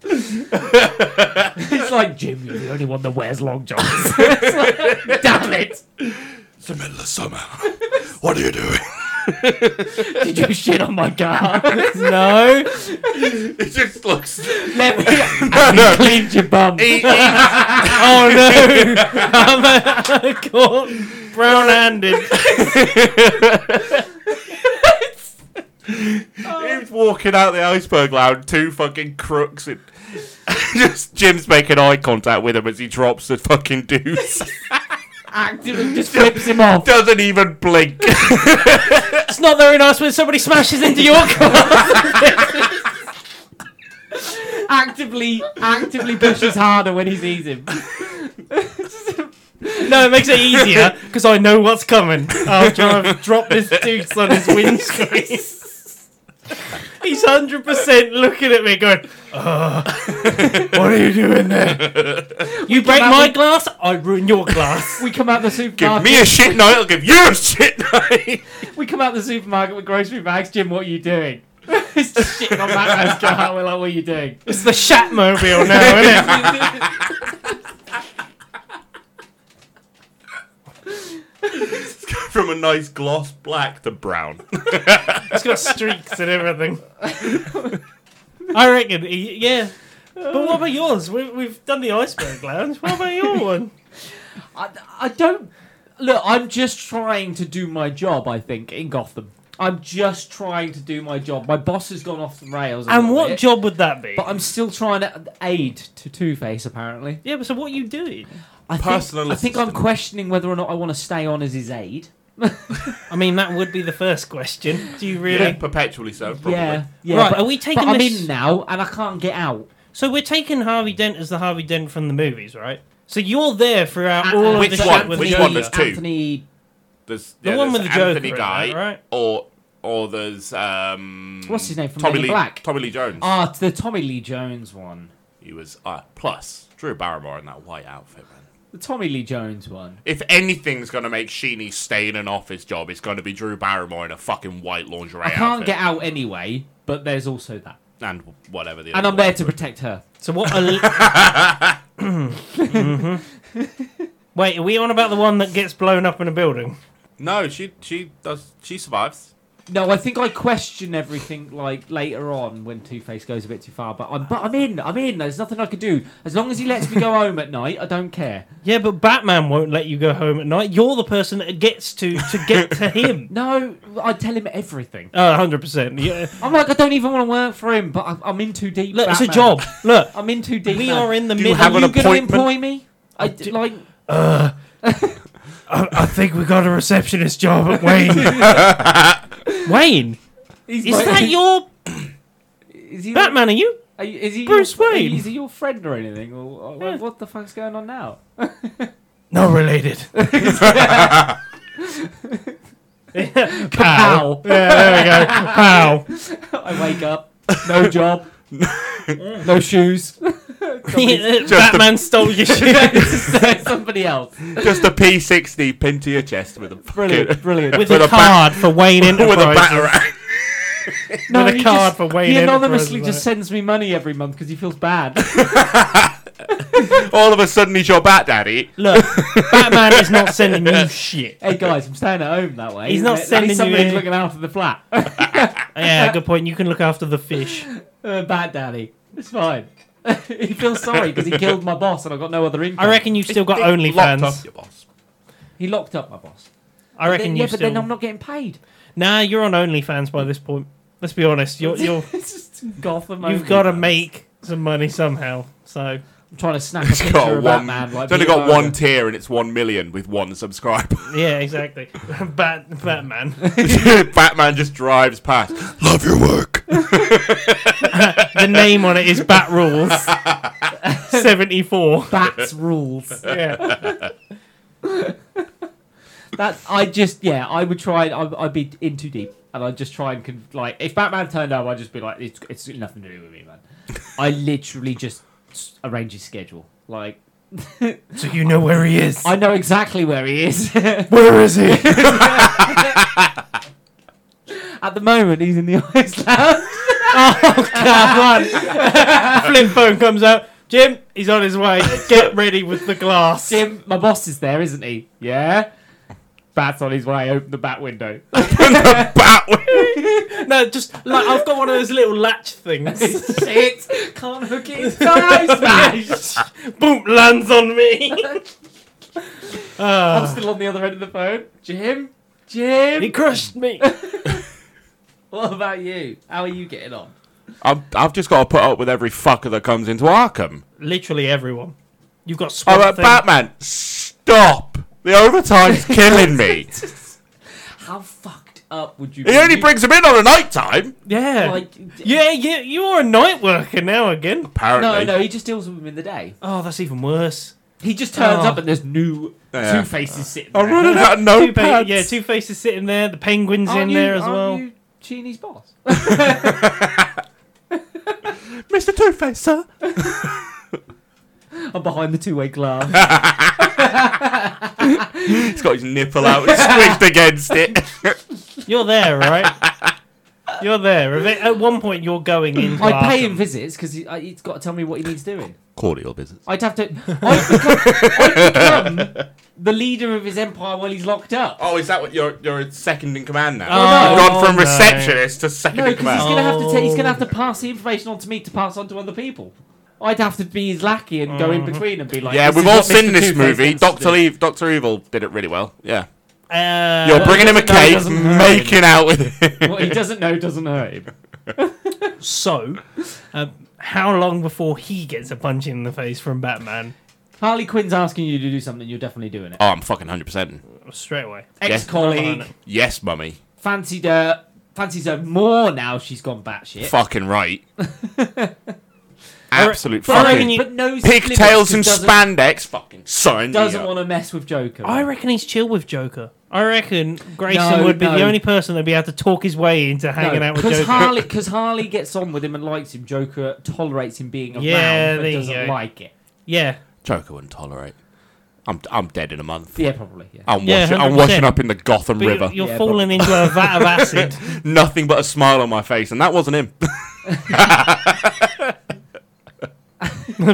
Speaker 3: It's like Jim, you're the only one that wears long johns. It's like, Damn it!
Speaker 1: It's the middle of summer. What are you doing?
Speaker 3: Did you shit on my car?
Speaker 2: No.
Speaker 1: It just looks.
Speaker 3: Let me
Speaker 1: No, no.
Speaker 3: cleaned your bum.
Speaker 1: He, he,
Speaker 2: Oh no. I'm caught brown-handed.
Speaker 1: he was walking out the iceberg lounge, two fucking crooks, and just Jim's making eye contact with him as he drops the fucking deuce.
Speaker 3: Actively just flips him off.
Speaker 1: Doesn't even blink.
Speaker 2: It's not very nice when somebody smashes into your car.
Speaker 3: Actively, actively pushes harder when he sees him.
Speaker 2: No, it makes it easier because I know what's coming after I've dropped this deuce on his windscreen. He's hundred percent looking at me, going, "Ugh, "What are you doing there? You break
Speaker 3: out
Speaker 2: my
Speaker 3: with-
Speaker 2: glass, I ruin your glass."
Speaker 3: We come out the
Speaker 1: Give
Speaker 3: supermarket.
Speaker 1: me a shit night, I'll give you a shit night.
Speaker 3: we come out the supermarket with grocery bags. Jim, what are you doing? it's just shitting on Batman's car. We're like, what are you doing?
Speaker 2: It's the Shatmobile now, isn't it?
Speaker 1: From a nice gloss black to brown.
Speaker 2: It's got streaks and everything. I reckon, y- yeah. But what about yours? We, we've done the iceberg lounge. What about your one?
Speaker 3: I, I don't look. I'm just trying to do my job. I think in Gotham, I'm just trying to do my job. My boss has gone off the rails. a
Speaker 2: And
Speaker 3: little
Speaker 2: what
Speaker 3: bit,
Speaker 2: job would that be?
Speaker 3: But I'm still trying to aid to Two Face. Apparently,
Speaker 2: yeah, but so what are you doing?
Speaker 3: I
Speaker 1: Personal
Speaker 3: Think, I think I'm
Speaker 1: assistant.
Speaker 3: questioning whether or not I want to stay on as his aide.
Speaker 2: I mean, that would be the first question. Do you really?
Speaker 1: Yeah, perpetually so, probably.
Speaker 3: Yeah, yeah.
Speaker 2: Right,
Speaker 3: but-
Speaker 2: are we taking
Speaker 3: But
Speaker 2: this-
Speaker 3: I'm in now, and I can't get out.
Speaker 2: So we're taking Harvey Dent as the Harvey Dent from the movies, right? So you're there throughout all of
Speaker 1: Uh, Which
Speaker 2: the
Speaker 1: one?
Speaker 2: shit with
Speaker 1: Which
Speaker 2: the,
Speaker 1: one? There's two.
Speaker 3: Anthony.
Speaker 1: There's,
Speaker 2: The
Speaker 1: yeah,
Speaker 2: one
Speaker 1: there's
Speaker 2: with the Joker
Speaker 1: Anthony
Speaker 2: in
Speaker 1: Guy,
Speaker 2: that, right?
Speaker 1: or or there's um,
Speaker 3: What's his name from Men
Speaker 1: Tommy
Speaker 3: in
Speaker 1: Lee
Speaker 3: Black?
Speaker 1: Tommy Lee Jones.
Speaker 3: Ah, it's the Tommy Lee Jones one.
Speaker 1: he was uh, plus Drew Barrymore in that white outfit, man.
Speaker 3: The Tommy Lee Jones one.
Speaker 1: If anything's gonna make Sheeny stay in an office job, it's gonna be Drew Barrymore in a fucking white lingerie
Speaker 3: I can't
Speaker 1: outfit
Speaker 3: get out anyway, but there's also that.
Speaker 1: and whatever the.
Speaker 3: And
Speaker 1: other
Speaker 3: I'm there
Speaker 1: one.
Speaker 3: to protect her.
Speaker 2: So what? Are... Mhm. Wait, are we on about the one that gets blown up in a building?
Speaker 1: No, she she does she survives.
Speaker 3: No, I think I question everything like later on when Two Face goes a bit too far. But I'm, but I'm in. I'm in. There's nothing I can do. As long as he lets me go home at night, I don't care.
Speaker 2: Yeah, but Batman won't let you go home at night. You're the person that gets to to get to him.
Speaker 3: No, I tell him everything.
Speaker 2: Oh, 100%. Yeah.
Speaker 3: I'm like, I don't even want to work for him, but I, I'm in too deep.
Speaker 2: Look, it's a
Speaker 3: Batman.
Speaker 2: job. Look,
Speaker 3: I'm in too deep.
Speaker 2: we
Speaker 3: man.
Speaker 2: are in the
Speaker 1: Do you
Speaker 2: middle.
Speaker 1: have
Speaker 3: Are
Speaker 1: an
Speaker 3: you going
Speaker 1: appointment.
Speaker 3: to employ me? I d- like.
Speaker 2: I, I think we got a receptionist job at Wayne. Wayne,
Speaker 3: He's
Speaker 2: is
Speaker 3: like-
Speaker 2: that your
Speaker 3: Is he,
Speaker 2: Batman? Are you?
Speaker 3: Are you- is he
Speaker 2: Bruce
Speaker 3: your,
Speaker 2: Wayne?
Speaker 3: Is he your friend or anything? Or, or
Speaker 2: Yeah.
Speaker 3: what the fuck's going on now?
Speaker 2: Not related. Pow.
Speaker 3: Kapow.
Speaker 2: Yeah, there we go. Pow.
Speaker 3: I wake up, no job, no shoes.
Speaker 2: Batman stole your shit.
Speaker 3: somebody else.
Speaker 1: Just a P60 pinned to your chest with a
Speaker 3: Brilliant,
Speaker 1: fucking-
Speaker 3: brilliant.
Speaker 2: With
Speaker 1: With
Speaker 2: a
Speaker 1: a bat-
Speaker 2: card for Wayne
Speaker 1: with a
Speaker 2: Enterprises.
Speaker 1: batarang.
Speaker 3: No,
Speaker 2: with a
Speaker 3: he
Speaker 2: card
Speaker 3: just-
Speaker 2: for Wayne
Speaker 3: He anonymously
Speaker 2: Enterprises,
Speaker 3: just sends me money every month because he feels bad.
Speaker 1: All of a sudden, he's your bat daddy.
Speaker 2: Look, Batman is not sending you shit.
Speaker 3: hey guys, I'm staying at home that way.
Speaker 2: He's not
Speaker 3: At least
Speaker 2: sending you
Speaker 3: somebody's
Speaker 2: any-
Speaker 3: looking after the flat.
Speaker 2: Yeah, good point. You can look after the fish.
Speaker 3: uh, bad daddy. It's fine. he feels sorry because he killed my boss and I got no other income.
Speaker 2: I reckon you've still got
Speaker 1: Locked
Speaker 2: OnlyFans.
Speaker 1: up your boss.
Speaker 3: he locked up my boss.
Speaker 2: I reckon
Speaker 3: Then- yeah,
Speaker 2: you
Speaker 3: but
Speaker 2: still.
Speaker 3: then I'm not getting paid.
Speaker 2: Nah, you're on OnlyFans by this point. Let's be honest. You're, you're
Speaker 3: it's just Gotham.
Speaker 2: you've
Speaker 3: only.
Speaker 2: got to make some money somehow. So
Speaker 3: I'm trying to snap a
Speaker 1: It's
Speaker 3: picture
Speaker 1: got
Speaker 3: of
Speaker 1: one.
Speaker 3: Batman. Like,
Speaker 1: it's only
Speaker 3: being
Speaker 1: got
Speaker 3: Batman.
Speaker 1: one tier, and it's one million with one subscriber.
Speaker 2: yeah, exactly. Bat Batman.
Speaker 1: Batman just drives past. Love your work.
Speaker 2: the name on it is Bat Rules seventy four.
Speaker 3: Bats rules.
Speaker 2: Yeah,
Speaker 3: That's I just yeah. I would try. I'd, I'd be in too deep, and I'd just try and con- like if Batman turned up, I'd just be like, it's it's nothing to do with me, man. I literally just s- arrange his schedule. Like
Speaker 2: so you know where he is.
Speaker 3: I know exactly where he is. At
Speaker 2: where is he?
Speaker 3: the moment, he's in the ice lounge.
Speaker 1: Oh,
Speaker 2: Come on. Flip phone comes out. Jim, he's on his way. Get ready with the glass.
Speaker 3: Jim, my boss is there, isn't he? Yeah. Bat's on his way. Open the bat window.
Speaker 1: Bat.
Speaker 2: No, just like I've got one of those little latch things.
Speaker 3: Shit! Can't hook it. inside, man.
Speaker 2: Boom, lands on me.
Speaker 3: I'm
Speaker 2: Ah.
Speaker 3: still on the other end of the phone. Jim, Jim.
Speaker 2: he crushed me.
Speaker 3: What about you? How are you getting on?
Speaker 1: I'm, I've just got to put up with every fucker that comes into Arkham.
Speaker 2: Literally everyone. You've got
Speaker 1: I'm
Speaker 2: Swamp
Speaker 1: like,
Speaker 2: Thing.
Speaker 1: Batman, stop! The overtime's killing me.
Speaker 3: How fucked up would you?
Speaker 1: He
Speaker 3: be?
Speaker 1: only
Speaker 3: You-
Speaker 1: brings him in on a night time.
Speaker 2: Yeah.
Speaker 3: like.
Speaker 2: yeah, yeah, you're a night worker now again.
Speaker 1: Apparently.
Speaker 3: No, no, he just deals with them in the day.
Speaker 2: Oh, that's even worse.
Speaker 3: He just turns
Speaker 2: Oh.
Speaker 3: up and there's new
Speaker 1: Yeah.
Speaker 3: two faces sitting.
Speaker 1: I'm
Speaker 3: there.
Speaker 1: running out of
Speaker 2: Two
Speaker 1: notepads.
Speaker 2: pa- yeah, Two Face is sitting there. The Penguin's
Speaker 3: Aren't
Speaker 2: in
Speaker 3: you-
Speaker 2: there as
Speaker 3: aren't
Speaker 2: well.
Speaker 3: You Chini's boss.
Speaker 1: Mr. Two Face, sir.
Speaker 3: I'm behind the two-way glass.
Speaker 1: He's got his nipple out, it's squished against it.
Speaker 2: You're there, right? you're there. If it- At one point, you're going in.
Speaker 3: I pay him visits because he, uh, he's got to tell me what he needs doing.
Speaker 1: Cordial business.
Speaker 3: I'd have to. I'd become, I'd become the leader of his empire while he's locked up.
Speaker 1: Oh, is that what you're? You're a second in command now.
Speaker 2: Oh,
Speaker 1: You've gone from
Speaker 2: no.
Speaker 1: receptionist to second
Speaker 3: No,
Speaker 1: in
Speaker 3: because he's
Speaker 1: command.
Speaker 3: gonna have to. ta- he's gonna have
Speaker 2: Oh.
Speaker 3: to pass the information on to me to pass on to other people. I'd have to be his lackey and go
Speaker 2: Mm-hmm.
Speaker 3: in between and be like,
Speaker 1: yeah,
Speaker 3: "This
Speaker 1: we've
Speaker 3: is
Speaker 1: all
Speaker 3: what
Speaker 1: seen
Speaker 3: Mr.
Speaker 1: this
Speaker 3: Two-Face
Speaker 1: movie.
Speaker 3: wants to
Speaker 1: Doctor
Speaker 3: do."
Speaker 1: Eve, Doctor Evil did it really well. Yeah,
Speaker 2: Uh,
Speaker 1: you're bringing him a
Speaker 3: doesn't know,
Speaker 1: cake,
Speaker 3: doesn't hurt.
Speaker 1: making out with him.
Speaker 3: What he doesn't know doesn't hurt him.
Speaker 2: So, um, how long before he gets a punch in the face from Batman?
Speaker 3: Harley Quinn's asking you to do something, you're definitely doing it.
Speaker 1: Oh, I'm fucking hundred percent.
Speaker 2: Oh, Straight away.
Speaker 3: Ex-colleague,
Speaker 2: Come on.
Speaker 1: Yes, mummy.
Speaker 3: fancied her, fancies her more now. She's gone batshit.
Speaker 1: Fucking right. Absolute
Speaker 2: but I
Speaker 1: fucking
Speaker 2: reckon you-
Speaker 3: but no
Speaker 1: pigtails and
Speaker 3: doesn't,
Speaker 1: spandex. Fucking signs.
Speaker 3: Doesn't
Speaker 1: Doesn't
Speaker 3: want to mess with Joker.
Speaker 2: I reckon he's chill with Joker. I reckon Grayson
Speaker 3: No,
Speaker 2: would be the
Speaker 3: no.
Speaker 2: only person that'd be able to talk his way into hanging out with
Speaker 3: because
Speaker 2: Joker.
Speaker 3: Harley, because Harley gets on with him and likes him. Joker tolerates him being around,
Speaker 2: Yeah, there
Speaker 3: but
Speaker 2: you
Speaker 3: doesn't
Speaker 2: go.
Speaker 3: like it.
Speaker 2: yeah,
Speaker 1: Joker wouldn't tolerate. I'm I'm dead in a month.
Speaker 3: Yeah, probably. Yeah.
Speaker 1: I'm,
Speaker 2: Yeah,
Speaker 1: washing, I'm
Speaker 2: 100%.
Speaker 1: washing up in the Gotham
Speaker 2: but
Speaker 1: River.
Speaker 2: you're, you're
Speaker 3: Yeah,
Speaker 2: falling
Speaker 3: probably.
Speaker 2: into a vat of acid.
Speaker 1: Nothing but a smile on my face, and that wasn't him.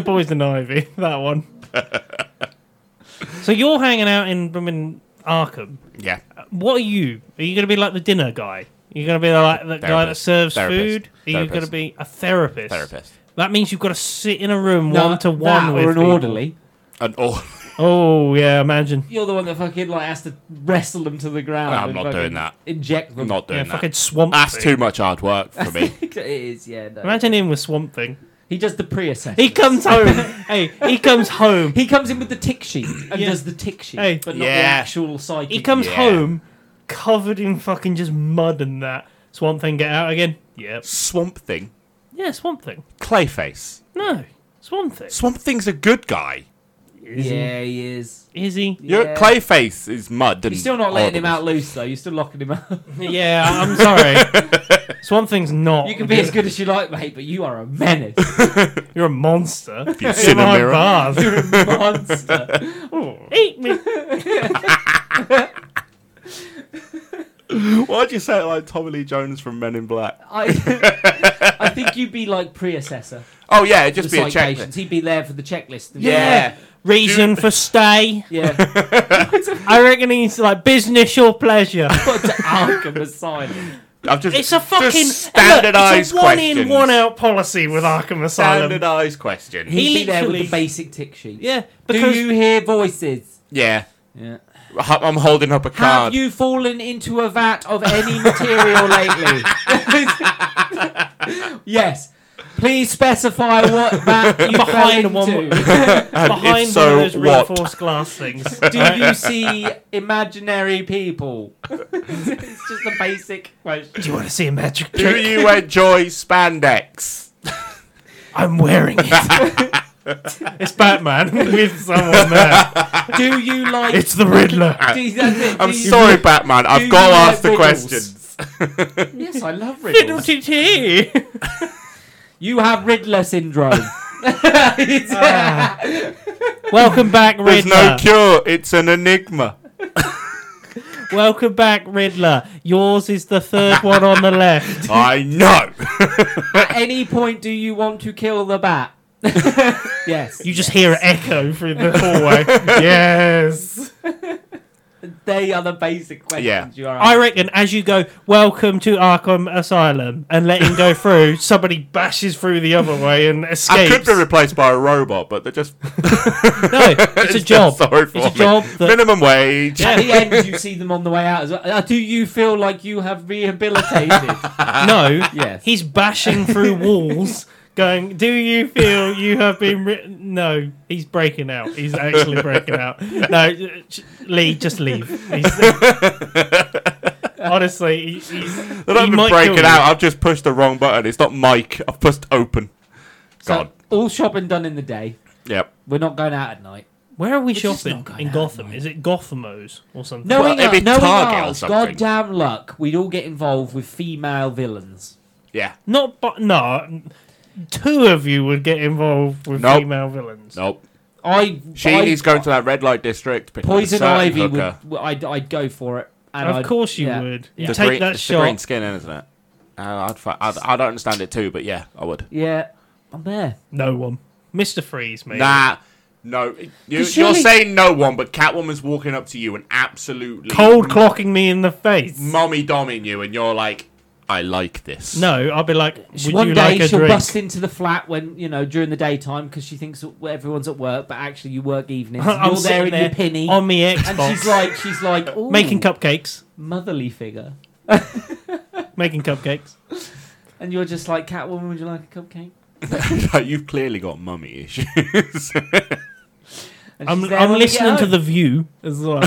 Speaker 2: Poison Ivy, that one. so you're hanging out in I mean, Arkham.
Speaker 1: yeah.
Speaker 2: What are you? Are you going to be like the dinner guy? You're going to be like the guy that
Speaker 1: Therapist.
Speaker 2: serves
Speaker 1: Therapist.
Speaker 2: food? Are you
Speaker 1: Therapist.
Speaker 2: going to be a therapist?
Speaker 1: Therapist.
Speaker 2: That means you've got to sit in a room
Speaker 3: No,
Speaker 2: one to
Speaker 3: that
Speaker 2: one with
Speaker 3: or an
Speaker 2: people.
Speaker 3: orderly.
Speaker 1: And oh,
Speaker 2: Oh yeah, imagine.
Speaker 3: You're the one that fucking like has to wrestle them to the ground.
Speaker 1: I'm
Speaker 3: and
Speaker 1: not
Speaker 3: fucking
Speaker 1: doing that.
Speaker 3: Inject them.
Speaker 1: I'm not
Speaker 2: Yeah,
Speaker 1: doing that.
Speaker 2: fucking swamp.
Speaker 1: That's
Speaker 2: Thing.
Speaker 1: too much hard work for me.
Speaker 3: it is, yeah. No.
Speaker 2: Imagine him with Swamp Thing.
Speaker 3: he does the pre-assessment.
Speaker 2: He comes home. hey, he comes home.
Speaker 3: He comes in with the tick sheet and
Speaker 2: Yeah.
Speaker 3: does the tick sheet,
Speaker 2: Hey.
Speaker 3: but not
Speaker 1: Yeah.
Speaker 3: the actual psychic.
Speaker 2: He comes
Speaker 1: Yeah.
Speaker 2: home covered in fucking just mud and that. Swamp Thing, get out again. Yep.
Speaker 1: Swamp Thing,
Speaker 2: Yeah, Swamp Thing.
Speaker 1: Clayface.
Speaker 2: No, Swamp Thing.
Speaker 1: Swamp Thing's a good guy.
Speaker 2: Is he?
Speaker 3: yeah, he is.
Speaker 2: Is he?
Speaker 1: Your
Speaker 3: Yeah.
Speaker 1: Clayface is mud. And
Speaker 3: You're still not letting him out
Speaker 1: horrible.
Speaker 3: loose though. You're still locking him up.
Speaker 2: Yeah, I'm sorry. Swamp Thing's not.
Speaker 3: You can be as good as you like, mate, but you are a menace.
Speaker 2: You're a monster.
Speaker 1: You
Speaker 2: Sit in my
Speaker 1: cinnamon.
Speaker 2: bars.
Speaker 3: You're a monster.
Speaker 2: Eat me.
Speaker 1: Why'd you say it like Tommy Lee Jones from Men in Black?
Speaker 3: I, I think you'd be like predecessor.
Speaker 1: Oh yeah, it'd just
Speaker 3: the
Speaker 1: be a
Speaker 3: citations.
Speaker 1: checklist.
Speaker 3: He'd be there for the checklist.
Speaker 1: Yeah.
Speaker 2: Reason for stay.
Speaker 3: yeah.
Speaker 2: I reckon he's like business or pleasure.
Speaker 3: Put to Arkham Asylum.
Speaker 1: I've just
Speaker 2: It's a fucking
Speaker 1: just
Speaker 2: look,
Speaker 1: standardized
Speaker 2: It's a one in,
Speaker 1: questions.
Speaker 2: one out policy with Arkham Asylum.
Speaker 1: Standardized question.
Speaker 3: He'd be there with
Speaker 2: literally-
Speaker 3: the basic tick sheet.
Speaker 2: Yeah,
Speaker 3: Do
Speaker 2: because
Speaker 3: you hear voices?
Speaker 1: yeah,
Speaker 3: Yeah.
Speaker 1: H- I'm holding up a
Speaker 3: Have
Speaker 1: card.
Speaker 3: you fallen into a vat of any material lately? yes. Please specify what vat you
Speaker 2: Behind
Speaker 3: fell
Speaker 2: one-
Speaker 3: into.
Speaker 1: and if
Speaker 2: behind
Speaker 1: so,
Speaker 2: one of those
Speaker 1: what?
Speaker 2: reinforced glass things.
Speaker 3: Do you see imaginary people? it's just a basic question.
Speaker 2: Do you want to see a magic
Speaker 1: Do
Speaker 2: trick?
Speaker 1: you enjoy spandex?
Speaker 2: I'm wearing it. it's Batman with someone there.
Speaker 3: Do you like?
Speaker 2: It's the Riddler.
Speaker 3: do you- that's it.
Speaker 1: I'm
Speaker 3: Do you-
Speaker 1: sorry, Batman. I've
Speaker 3: you
Speaker 1: got to
Speaker 3: like
Speaker 1: ask the
Speaker 3: riddles?
Speaker 1: questions.
Speaker 3: Yes, I love
Speaker 2: Fiddle
Speaker 3: riddles.
Speaker 2: to tea.
Speaker 3: You have Riddler syndrome. Ah.
Speaker 2: Welcome back,
Speaker 1: There's
Speaker 2: Riddler.
Speaker 1: no cure. It's an enigma.
Speaker 2: Welcome back, Riddler. Yours is the third one on the left.
Speaker 1: I know.
Speaker 3: At any point, do you want to kill the bat? yes.
Speaker 2: You just hear an echo through the hallway. yes.
Speaker 3: They are the basic questions
Speaker 1: Yeah.
Speaker 3: you are
Speaker 2: I
Speaker 3: asking.
Speaker 2: reckon as you go, welcome to Arkham Asylum, and let him go through, somebody bashes through the other way and
Speaker 1: I
Speaker 2: escapes.
Speaker 1: could be replaced by a robot, but they're just
Speaker 2: no, it's a job.
Speaker 1: Sorry for
Speaker 2: It's a
Speaker 1: me.
Speaker 2: job that
Speaker 1: Minimum wage.
Speaker 3: At the end, you see them on the way out as well. Uh, Do you feel like you have rehabilitated?
Speaker 2: no,
Speaker 3: Yes.
Speaker 2: he's bashing through walls, going, "Do you feel you have been?" Ri-? No, he's breaking out. He's actually breaking out. No, j- Lee, just leave. He's- honestly, he- he's,
Speaker 1: They're not
Speaker 2: he
Speaker 1: even
Speaker 2: might kill
Speaker 1: breaking
Speaker 2: you.
Speaker 1: out. I've just pushed the wrong button. It's not Mike. I've pushed open.
Speaker 3: So,
Speaker 1: God.
Speaker 3: all shopping done in the day.
Speaker 1: Yep.
Speaker 3: We're not going out at night.
Speaker 2: Where are we
Speaker 3: It's just
Speaker 2: shopping
Speaker 3: not going
Speaker 2: in
Speaker 3: out,
Speaker 2: Gotham? Is it Gothamos or something?
Speaker 3: Knowing,
Speaker 1: it'd be
Speaker 3: our- knowing
Speaker 1: Target or
Speaker 3: ours,
Speaker 1: something.
Speaker 3: goddamn luck, we'd all get involved with female villains.
Speaker 1: Yeah.
Speaker 2: Not, but no. Two of you would get involved with
Speaker 1: Nope.
Speaker 2: female villains.
Speaker 1: Nope.
Speaker 3: I
Speaker 1: Sheeny's
Speaker 3: I-
Speaker 1: going to that red light district. picking up a
Speaker 3: Poison
Speaker 1: certain
Speaker 3: Ivy would.
Speaker 1: hooker.
Speaker 3: w- I'd, I'd go for it. And
Speaker 2: Of
Speaker 3: I'd-
Speaker 2: course you
Speaker 3: yeah.
Speaker 2: would. You
Speaker 1: The
Speaker 2: take
Speaker 1: green-
Speaker 2: that
Speaker 1: it's
Speaker 2: shot.
Speaker 1: the green skin, in, isn't it? Uh, I'd, fi- I'd, I don't understand it too, but yeah, I would.
Speaker 3: Yeah, I'm there.
Speaker 2: No one. Mister Freeze, mate.
Speaker 1: Nah, no. You,
Speaker 3: But surely-
Speaker 1: You're saying no one, but Catwoman's walking up to you and absolutely
Speaker 2: Cold clocking me in the face.
Speaker 1: mommy doming you, and you're like, I like this.
Speaker 2: No, I'll be like, would
Speaker 3: One
Speaker 2: you
Speaker 3: day
Speaker 2: like a
Speaker 3: she'll
Speaker 2: drink?
Speaker 3: bust into the flat when you know during the daytime because she thinks that everyone's at work, but actually you work evenings. and
Speaker 2: I'm
Speaker 3: You're there
Speaker 2: sitting
Speaker 3: in
Speaker 2: there
Speaker 3: your pinny,
Speaker 2: on me
Speaker 3: and
Speaker 2: Xbox,
Speaker 3: she's like, she's like, Ooh,
Speaker 2: making cupcakes,
Speaker 3: motherly figure,
Speaker 2: making cupcakes.
Speaker 3: and you're just like, Catwoman, would you like a cupcake?
Speaker 1: Like, you've clearly got mummy issues.
Speaker 3: And
Speaker 2: I'm,
Speaker 3: she's there
Speaker 2: I'm
Speaker 3: when we get
Speaker 2: listening to
Speaker 3: home.
Speaker 2: the view as well in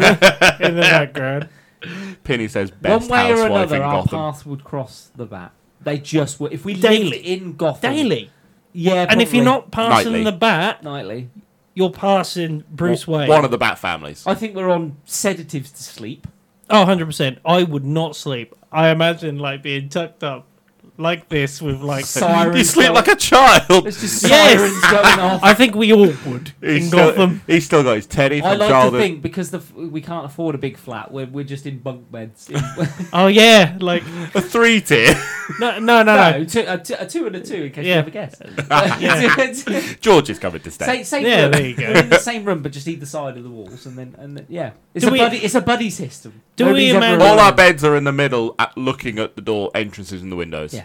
Speaker 2: the, in the background.
Speaker 1: Penny says best
Speaker 3: one way or
Speaker 1: housewife
Speaker 3: another.
Speaker 1: in
Speaker 3: Our
Speaker 1: Gotham.
Speaker 3: paths would cross the bat. They just would. If we
Speaker 2: Daily.
Speaker 3: lived in Gotham
Speaker 2: Daily,
Speaker 3: yeah,
Speaker 2: and if you're
Speaker 3: probably.
Speaker 2: not passing
Speaker 1: Nightly.
Speaker 2: the bat,
Speaker 3: nightly,
Speaker 2: you're passing Bruce
Speaker 1: W-
Speaker 2: Wayne.
Speaker 1: One of the Bat families.
Speaker 3: I think we're on sedatives to sleep.
Speaker 2: Oh, 100 percent. I would not sleep. I imagine like being tucked up like this with like.
Speaker 3: Sirens.
Speaker 1: You sleep
Speaker 3: going-
Speaker 1: like a child.
Speaker 3: It's just
Speaker 2: Yes!
Speaker 3: sirens going off.
Speaker 2: I think we all would in
Speaker 1: still,
Speaker 2: Gotham.
Speaker 1: he's still got his teddy from
Speaker 3: I like
Speaker 1: childhood.
Speaker 3: to think because the, f- we can't afford a big flat, we're, we're just in bunk beds. In,
Speaker 2: Oh yeah, like
Speaker 1: A three tier.
Speaker 2: no, no, no, no.
Speaker 3: no, two, a, two, a two and a two in case
Speaker 2: Yeah.
Speaker 3: you ever guess.
Speaker 1: George is covered to stay.
Speaker 3: Same, same
Speaker 2: Yeah,
Speaker 3: room.
Speaker 2: there you go.
Speaker 3: We're in the same room, but just either side of the walls, and then and then, yeah, it's
Speaker 2: Do
Speaker 3: a
Speaker 2: we-
Speaker 3: buddy. It's a buddy system.
Speaker 2: Do we
Speaker 3: Nobody's ever
Speaker 2: imagine-
Speaker 3: alone.
Speaker 1: All our beds are in the middle, at looking at the door entrances and the windows.
Speaker 3: Yeah.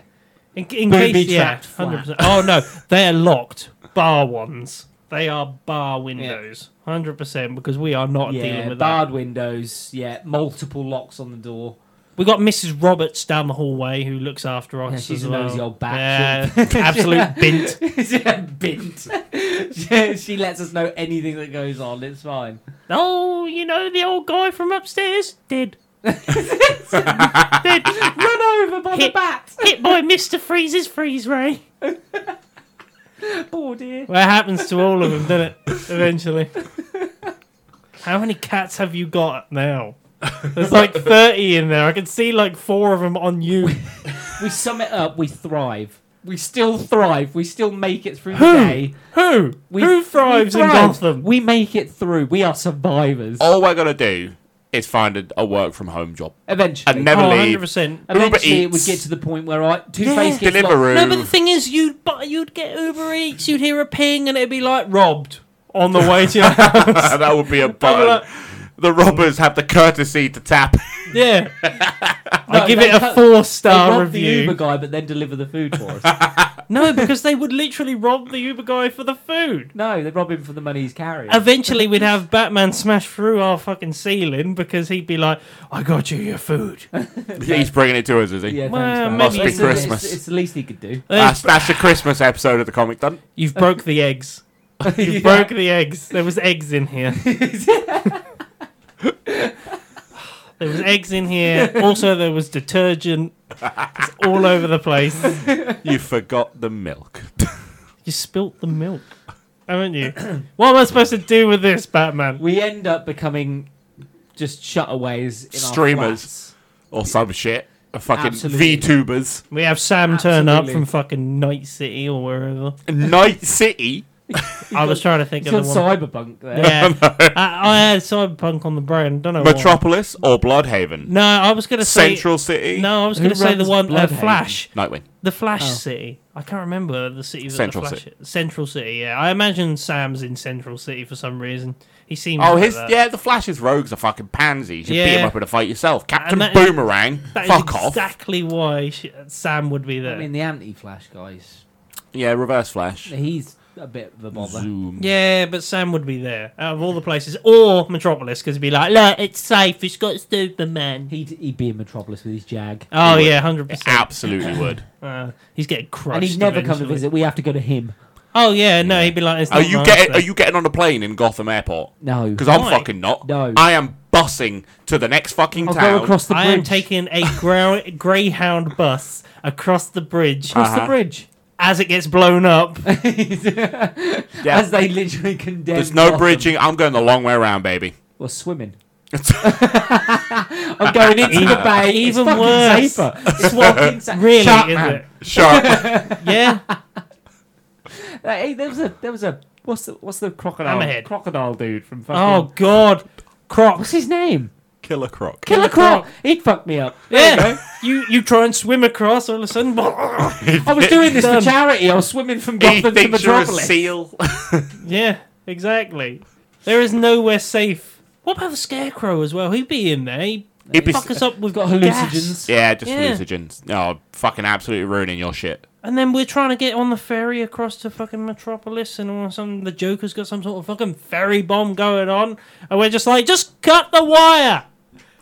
Speaker 2: In, in
Speaker 3: Booby
Speaker 2: case, yeah,
Speaker 3: trapped flat.
Speaker 2: hundred percent. Oh no, they are locked bar ones. They are bar windows, hundred percent. Because we are not dealing
Speaker 3: Yeah,
Speaker 2: with
Speaker 3: barred windows. Yeah, multiple locks on the door.
Speaker 2: that. We got Mrs. Roberts down the hallway who looks after us.
Speaker 3: Yeah, she's
Speaker 2: as
Speaker 3: a
Speaker 2: well.
Speaker 3: nosy old
Speaker 2: Yeah,
Speaker 3: bat,
Speaker 2: absolute bint.
Speaker 3: Bint. she, she lets us know anything that goes on. It's fine.
Speaker 2: Oh, you know the old guy from upstairs dead. dead.
Speaker 3: Run over
Speaker 2: Ah.
Speaker 3: by the
Speaker 2: Hit-
Speaker 3: bat.
Speaker 2: Hit by Mister Freeze's freeze ray.
Speaker 3: Poor dear.
Speaker 2: Well, it happens to all of them, doesn't it? Eventually. How many cats have you got now? There's like 30 in there. I can see like four of them on you.
Speaker 3: We sum it up. We thrive. We still thrive. We still make it through
Speaker 2: Who?
Speaker 3: the day.
Speaker 2: Who?
Speaker 3: We,
Speaker 2: Who thrives
Speaker 3: we
Speaker 2: in
Speaker 3: thrive.
Speaker 2: Gotham?
Speaker 3: We make it through. We are survivors.
Speaker 1: All we're gonna do is find a, a work from home job.
Speaker 3: Eventually.
Speaker 1: And never
Speaker 2: oh,
Speaker 1: leave.
Speaker 2: 100%.
Speaker 3: Eventually,
Speaker 1: Uber
Speaker 3: it would
Speaker 1: Eats.
Speaker 3: get to the point where I Two Face gets like,
Speaker 1: Deliveroo.
Speaker 2: No, but the thing is, you'd but you'd get Uber Eats, you'd hear a ping, and it'd be like robbed on the way to your house.
Speaker 1: that would be a button. The robbers have the courtesy to tap.
Speaker 2: yeah, I
Speaker 3: No,
Speaker 2: give
Speaker 3: they
Speaker 2: it a
Speaker 3: cut-
Speaker 2: four
Speaker 3: they
Speaker 2: star
Speaker 3: rob the Uber
Speaker 2: review.
Speaker 3: guy, but then deliver the food for us.
Speaker 2: No, because they would literally rob the Uber guy for the food.
Speaker 3: no, they rob him for the money he's carrying.
Speaker 2: Eventually, we'd have Batman smash through our fucking ceiling because he'd be like, "I got you your food."
Speaker 1: He's bringing it to us, is he?
Speaker 3: yeah,
Speaker 2: Well,
Speaker 3: thanks,
Speaker 2: maybe
Speaker 3: man.
Speaker 2: Must
Speaker 1: be
Speaker 3: It's the-
Speaker 1: Christmas.
Speaker 3: It's, it's the least he could do.
Speaker 1: That's, that's the Christmas episode of the comic done.
Speaker 2: You've broke the eggs. You
Speaker 3: Yeah.
Speaker 2: have broke the eggs. There was eggs in here. there was eggs in here. Also, there was detergent. It's all over the place.
Speaker 1: You forgot the milk.
Speaker 2: You spilt the milk, haven't you? What am I supposed to do with this, Batman?
Speaker 3: We end up becoming just shutaways. In Our
Speaker 1: Streamers.
Speaker 3: flats.
Speaker 1: Or some shit. A fucking
Speaker 3: Absolutely.
Speaker 1: VTubers.
Speaker 2: We have Sam turn up
Speaker 3: Absolutely.
Speaker 2: from fucking Night City or wherever.
Speaker 1: Night City.
Speaker 2: I was trying to think
Speaker 3: It's
Speaker 2: of the one.
Speaker 3: got cyberpunk there.
Speaker 2: Yeah, I, I had Cyberpunk on the brain. Don't know. why.
Speaker 1: Metropolis or Bloodhaven.
Speaker 2: No, I was gonna say
Speaker 1: Central City.
Speaker 2: No, I was
Speaker 3: Who
Speaker 2: gonna say the
Speaker 3: runs
Speaker 2: one uh,
Speaker 3: Bloodhaven?
Speaker 2: Flash.
Speaker 1: Nightwing.
Speaker 2: The Flash
Speaker 3: Oh.
Speaker 2: City. I can't remember the city that
Speaker 1: Central
Speaker 2: the Flash
Speaker 1: City.
Speaker 2: Central City, yeah. I imagine Sam's in Central City for some reason. He seems
Speaker 1: Oh,
Speaker 2: like
Speaker 1: his
Speaker 2: that.
Speaker 1: yeah, the Flash's rogues are fucking pansies. You beat
Speaker 2: Yeah.
Speaker 1: him up in a fight yourself. Captain
Speaker 2: that is-
Speaker 1: Boomerang.
Speaker 2: That is
Speaker 1: fuck off.
Speaker 2: exactly why sh Sam would be there.
Speaker 3: I mean, the anti-flash guys.
Speaker 1: Yeah, Reverse Flash.
Speaker 3: He's a bit of a bother.
Speaker 1: Zoom.
Speaker 2: yeah, but Sam would be there out of all the places, or Metropolis, because he'd be like, "Look, it's safe. It's got Superman."
Speaker 3: He'd, he'd be in Metropolis with his jag.
Speaker 2: Oh
Speaker 1: He would.
Speaker 2: yeah, hundred percent.
Speaker 1: Absolutely would.
Speaker 2: Uh, he's getting crushed.
Speaker 3: And he'd never come to
Speaker 2: eventually.
Speaker 3: visit. We have to go to him.
Speaker 2: Oh yeah, no, he'd be like, it's
Speaker 1: Are
Speaker 2: not
Speaker 1: you
Speaker 2: my
Speaker 1: getting
Speaker 2: answer."
Speaker 1: Are you getting on a plane in Gotham Airport?
Speaker 3: No.
Speaker 1: Because I'm
Speaker 2: Why?
Speaker 1: fucking not.
Speaker 3: No.
Speaker 1: I am bussing to the next fucking
Speaker 3: I'll
Speaker 1: town.
Speaker 3: go across the bridge.
Speaker 2: I am taking a grou- greyhound bus across the bridge
Speaker 3: across the
Speaker 1: Uh-huh.
Speaker 3: bridge.
Speaker 2: as it gets blown up.
Speaker 1: Yeah.
Speaker 3: As they literally condemn.
Speaker 1: There's no
Speaker 3: Gotham.
Speaker 1: bridging. I'm going the long way around, baby.
Speaker 3: Or swimming. I'm going into the bay.
Speaker 2: Even
Speaker 3: Even it's
Speaker 2: worse.
Speaker 3: worse. Safer. It's fucking sa-
Speaker 2: Really,
Speaker 3: Shark
Speaker 2: is
Speaker 3: man.
Speaker 2: it?
Speaker 1: Sharp.
Speaker 2: Yeah,
Speaker 3: Hey, there was a there was a what's the what's the crocodile
Speaker 2: Hammerhead.
Speaker 3: crocodile dude from fucking.
Speaker 2: Oh God,
Speaker 3: What's
Speaker 2: Crocs.
Speaker 3: his name?
Speaker 1: Killer Croc.
Speaker 3: Killer,
Speaker 2: Killer
Speaker 3: Croc.
Speaker 2: Croc.
Speaker 3: He'd fuck me up.
Speaker 2: Yeah, you you try and swim across all of a sudden.
Speaker 3: I was doing this
Speaker 2: Done.
Speaker 3: for charity. I was swimming from
Speaker 1: He
Speaker 3: Gotham to
Speaker 1: thinks you're a
Speaker 3: Metropolis.
Speaker 1: seal.
Speaker 2: yeah, exactly. There is nowhere safe. What about the scarecrow as well? He'd be in there. He'd
Speaker 1: He'd be
Speaker 2: fuck
Speaker 1: s-
Speaker 2: us up. We've
Speaker 3: Got
Speaker 2: got
Speaker 3: hallucinogens.
Speaker 2: hallucinogens.
Speaker 1: yeah, just
Speaker 2: Yeah.
Speaker 1: hallucinogens. No, fucking absolutely ruining your shit.
Speaker 2: And then we're trying to get on the ferry across to fucking Metropolis, and all of a sudden the Joker's got some sort of fucking ferry bomb going on, and we're just like, just cut the wire,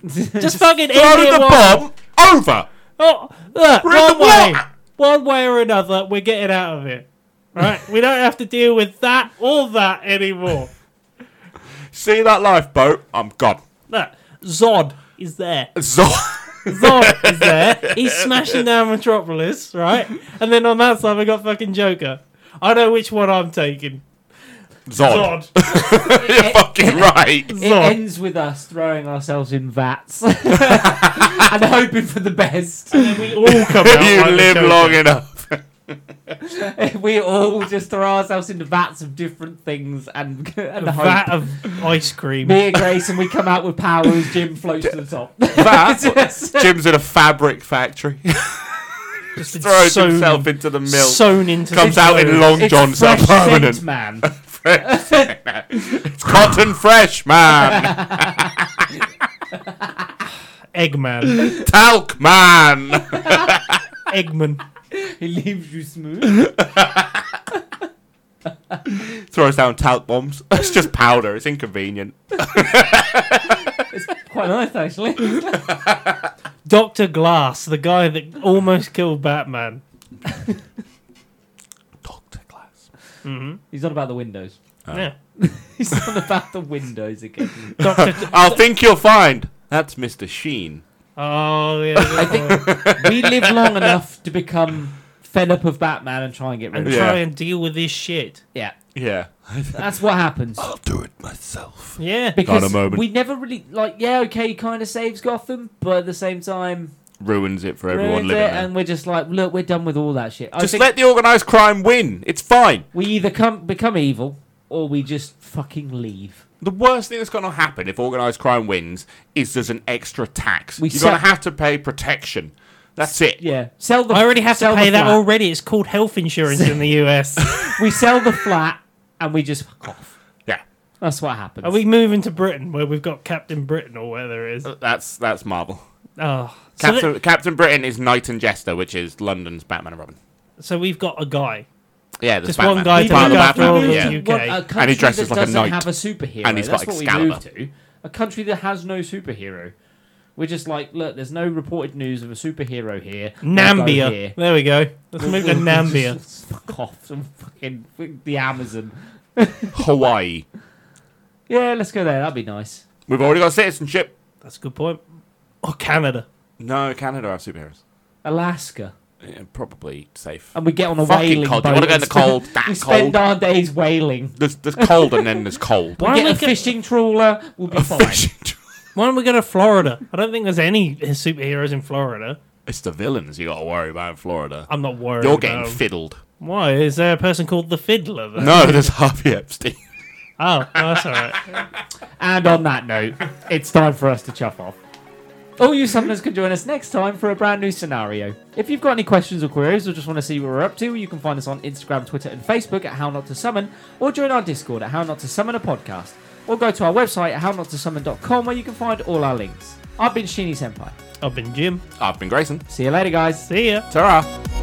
Speaker 2: just fucking end
Speaker 1: Throw
Speaker 2: it
Speaker 1: the
Speaker 2: all.
Speaker 1: bomb over.
Speaker 2: Oh, look,
Speaker 1: We're in
Speaker 2: one
Speaker 1: the
Speaker 2: way,
Speaker 1: water.
Speaker 2: one way or another, we're getting out of it. Right? we don't have to deal with that or that anymore.
Speaker 1: See that lifeboat? I'm gone.
Speaker 2: Look, Zod is there.
Speaker 1: Zor-
Speaker 2: Zod is there. He's smashing down Metropolis, right? And then on that side, we got fucking Joker. I know which one I'm taking.
Speaker 1: Zod.
Speaker 2: Zod.
Speaker 1: You're fucking right.
Speaker 3: It
Speaker 2: Zod.
Speaker 3: ends with us throwing ourselves in vats and hoping for the best.
Speaker 2: we all come out.
Speaker 1: you
Speaker 2: like the
Speaker 1: live
Speaker 2: Joker.
Speaker 1: long enough.
Speaker 3: we all just throw ourselves into vats of different things and, and
Speaker 2: A
Speaker 3: hope.
Speaker 2: vat of ice cream.
Speaker 3: Me and Grace, and we come out with powers. Jim floats to the top.
Speaker 1: That Jim's in a fabric factory.
Speaker 2: just
Speaker 1: Throws
Speaker 2: sewn-
Speaker 1: himself into the milk.
Speaker 2: Sewn into the
Speaker 1: comes out in
Speaker 2: clothes.
Speaker 1: long
Speaker 3: It's
Speaker 1: johns that
Speaker 3: fresh
Speaker 1: are permanent.
Speaker 3: scent, man.
Speaker 1: It's cotton fresh, man.
Speaker 2: Eggman.
Speaker 1: Talc, man.
Speaker 2: Eggman.
Speaker 3: He leaves you smooth.
Speaker 1: Throws down talc bombs. It's just powder. It's inconvenient.
Speaker 3: It's quite nice, actually.
Speaker 2: Dr. Glass, the guy that almost killed Batman.
Speaker 1: Doctor Glass.
Speaker 3: He's on about the windows.
Speaker 2: Mm-hmm. Yeah.
Speaker 3: He's on about the windows again.
Speaker 2: Dr.
Speaker 1: I think you'll find that's Mr. Sheen.
Speaker 2: oh, yeah.
Speaker 3: I think we live long enough to become fed up of Batman and try and get rid
Speaker 2: and
Speaker 3: of him.
Speaker 1: Yeah.
Speaker 2: try and deal with this shit.
Speaker 3: Yeah,
Speaker 1: Yeah.
Speaker 3: that's what happens.
Speaker 1: I'll do it myself.
Speaker 2: Yeah.
Speaker 3: Because
Speaker 1: Got a moment.
Speaker 3: we never really like. Yeah, okay, kind of saves Gotham, but at the same time,
Speaker 1: Ruins it for everyone
Speaker 3: ruins it,
Speaker 1: living there.
Speaker 3: and we're just like, look, we're done with all that shit. I
Speaker 1: Just
Speaker 3: think
Speaker 1: let the organised crime win. It's fine.
Speaker 3: we either come become evil or we just fucking leave.
Speaker 1: The worst thing that's going to happen if organised crime wins is there's an extra tax.
Speaker 3: We
Speaker 1: You're going to
Speaker 3: set-
Speaker 1: have to pay protection. That's it.
Speaker 3: Yeah, sell the.
Speaker 2: I already have
Speaker 3: sell
Speaker 2: to
Speaker 3: the
Speaker 2: pay that
Speaker 3: flat.
Speaker 2: already. It's called health insurance in the US.
Speaker 3: We sell the flat and we just fuck off.
Speaker 1: Yeah.
Speaker 3: That's what happens.
Speaker 2: Are we moving to Britain where we've got Captain Britain or whatever it
Speaker 3: Uh,
Speaker 2: is?
Speaker 1: Uh, That's that's Marvel.
Speaker 2: Oh. So,
Speaker 1: Captain,
Speaker 2: th-
Speaker 1: Captain Britain is Knight and Jester, which is London's Batman and Robin.
Speaker 2: so we've got a guy.
Speaker 1: Yeah, there's
Speaker 2: Just
Speaker 1: Batman.
Speaker 2: one guy
Speaker 1: He's
Speaker 2: to
Speaker 1: part of the
Speaker 2: look after
Speaker 1: Batman,
Speaker 2: all of
Speaker 1: yeah.
Speaker 2: you.
Speaker 3: want
Speaker 2: UK.
Speaker 3: a
Speaker 2: And
Speaker 3: country
Speaker 1: he dresses
Speaker 3: that
Speaker 1: like a
Speaker 3: doesn't
Speaker 1: knight.
Speaker 3: have a superhero.
Speaker 1: And he's
Speaker 3: That's
Speaker 1: got
Speaker 3: what we moved
Speaker 1: Excalibur.
Speaker 3: to. A country that has no superhero. We're just like, look, there's no reported news of a superhero here. We'll go
Speaker 2: Nambia.
Speaker 3: here.
Speaker 2: There we go. Let's move to
Speaker 3: We'll
Speaker 2: Nambia.
Speaker 3: just Fuck off. Some fucking the Amazon.
Speaker 1: Hawaii.
Speaker 3: Yeah, let's go there. That'd be nice.
Speaker 1: We've already got citizenship.
Speaker 2: That's a good point. Or Canada.
Speaker 1: No, Canada have superheroes.
Speaker 3: Alaska.
Speaker 1: Yeah, probably safe.
Speaker 3: And we get on a
Speaker 1: Fucking
Speaker 3: whaling
Speaker 1: cold.
Speaker 3: boat.
Speaker 1: You wanna go in the
Speaker 3: and spend-
Speaker 1: cold, that
Speaker 3: we spend
Speaker 1: cold?
Speaker 3: our days whaling.
Speaker 1: There's, there's cold and then there's cold.
Speaker 2: Why
Speaker 3: we
Speaker 2: don't
Speaker 3: get
Speaker 2: we
Speaker 3: a
Speaker 2: go-
Speaker 3: fishing trawler. We'll be fine.
Speaker 2: Why don't we go to Florida? I don't think there's any superheroes in Florida.
Speaker 1: it's the villains you got to worry about in Florida.
Speaker 2: I'm not worried.
Speaker 1: You're
Speaker 2: about
Speaker 1: getting
Speaker 2: 'em.
Speaker 1: fiddled.
Speaker 2: Why is there a person called the Fiddler? there?
Speaker 1: No, there's Harvey Epstein.
Speaker 2: Oh, no, that's all right.
Speaker 3: And on that note, it's time for us to chuff off. All you summoners can join us next time for a brand new scenario. If you've got any questions or queries or just want to see what we're up to, you can find us on Instagram, Twitter, and Facebook at How Not to Summon, or join our Discord at How Not to Summon a Podcast, or go to our website at HowNotToSummon.com where you can find all our links. I've been Shinny Senpai.
Speaker 2: I've been Jim.
Speaker 1: I've been Grayson.
Speaker 3: See you later, guys.
Speaker 2: See ya.
Speaker 1: ta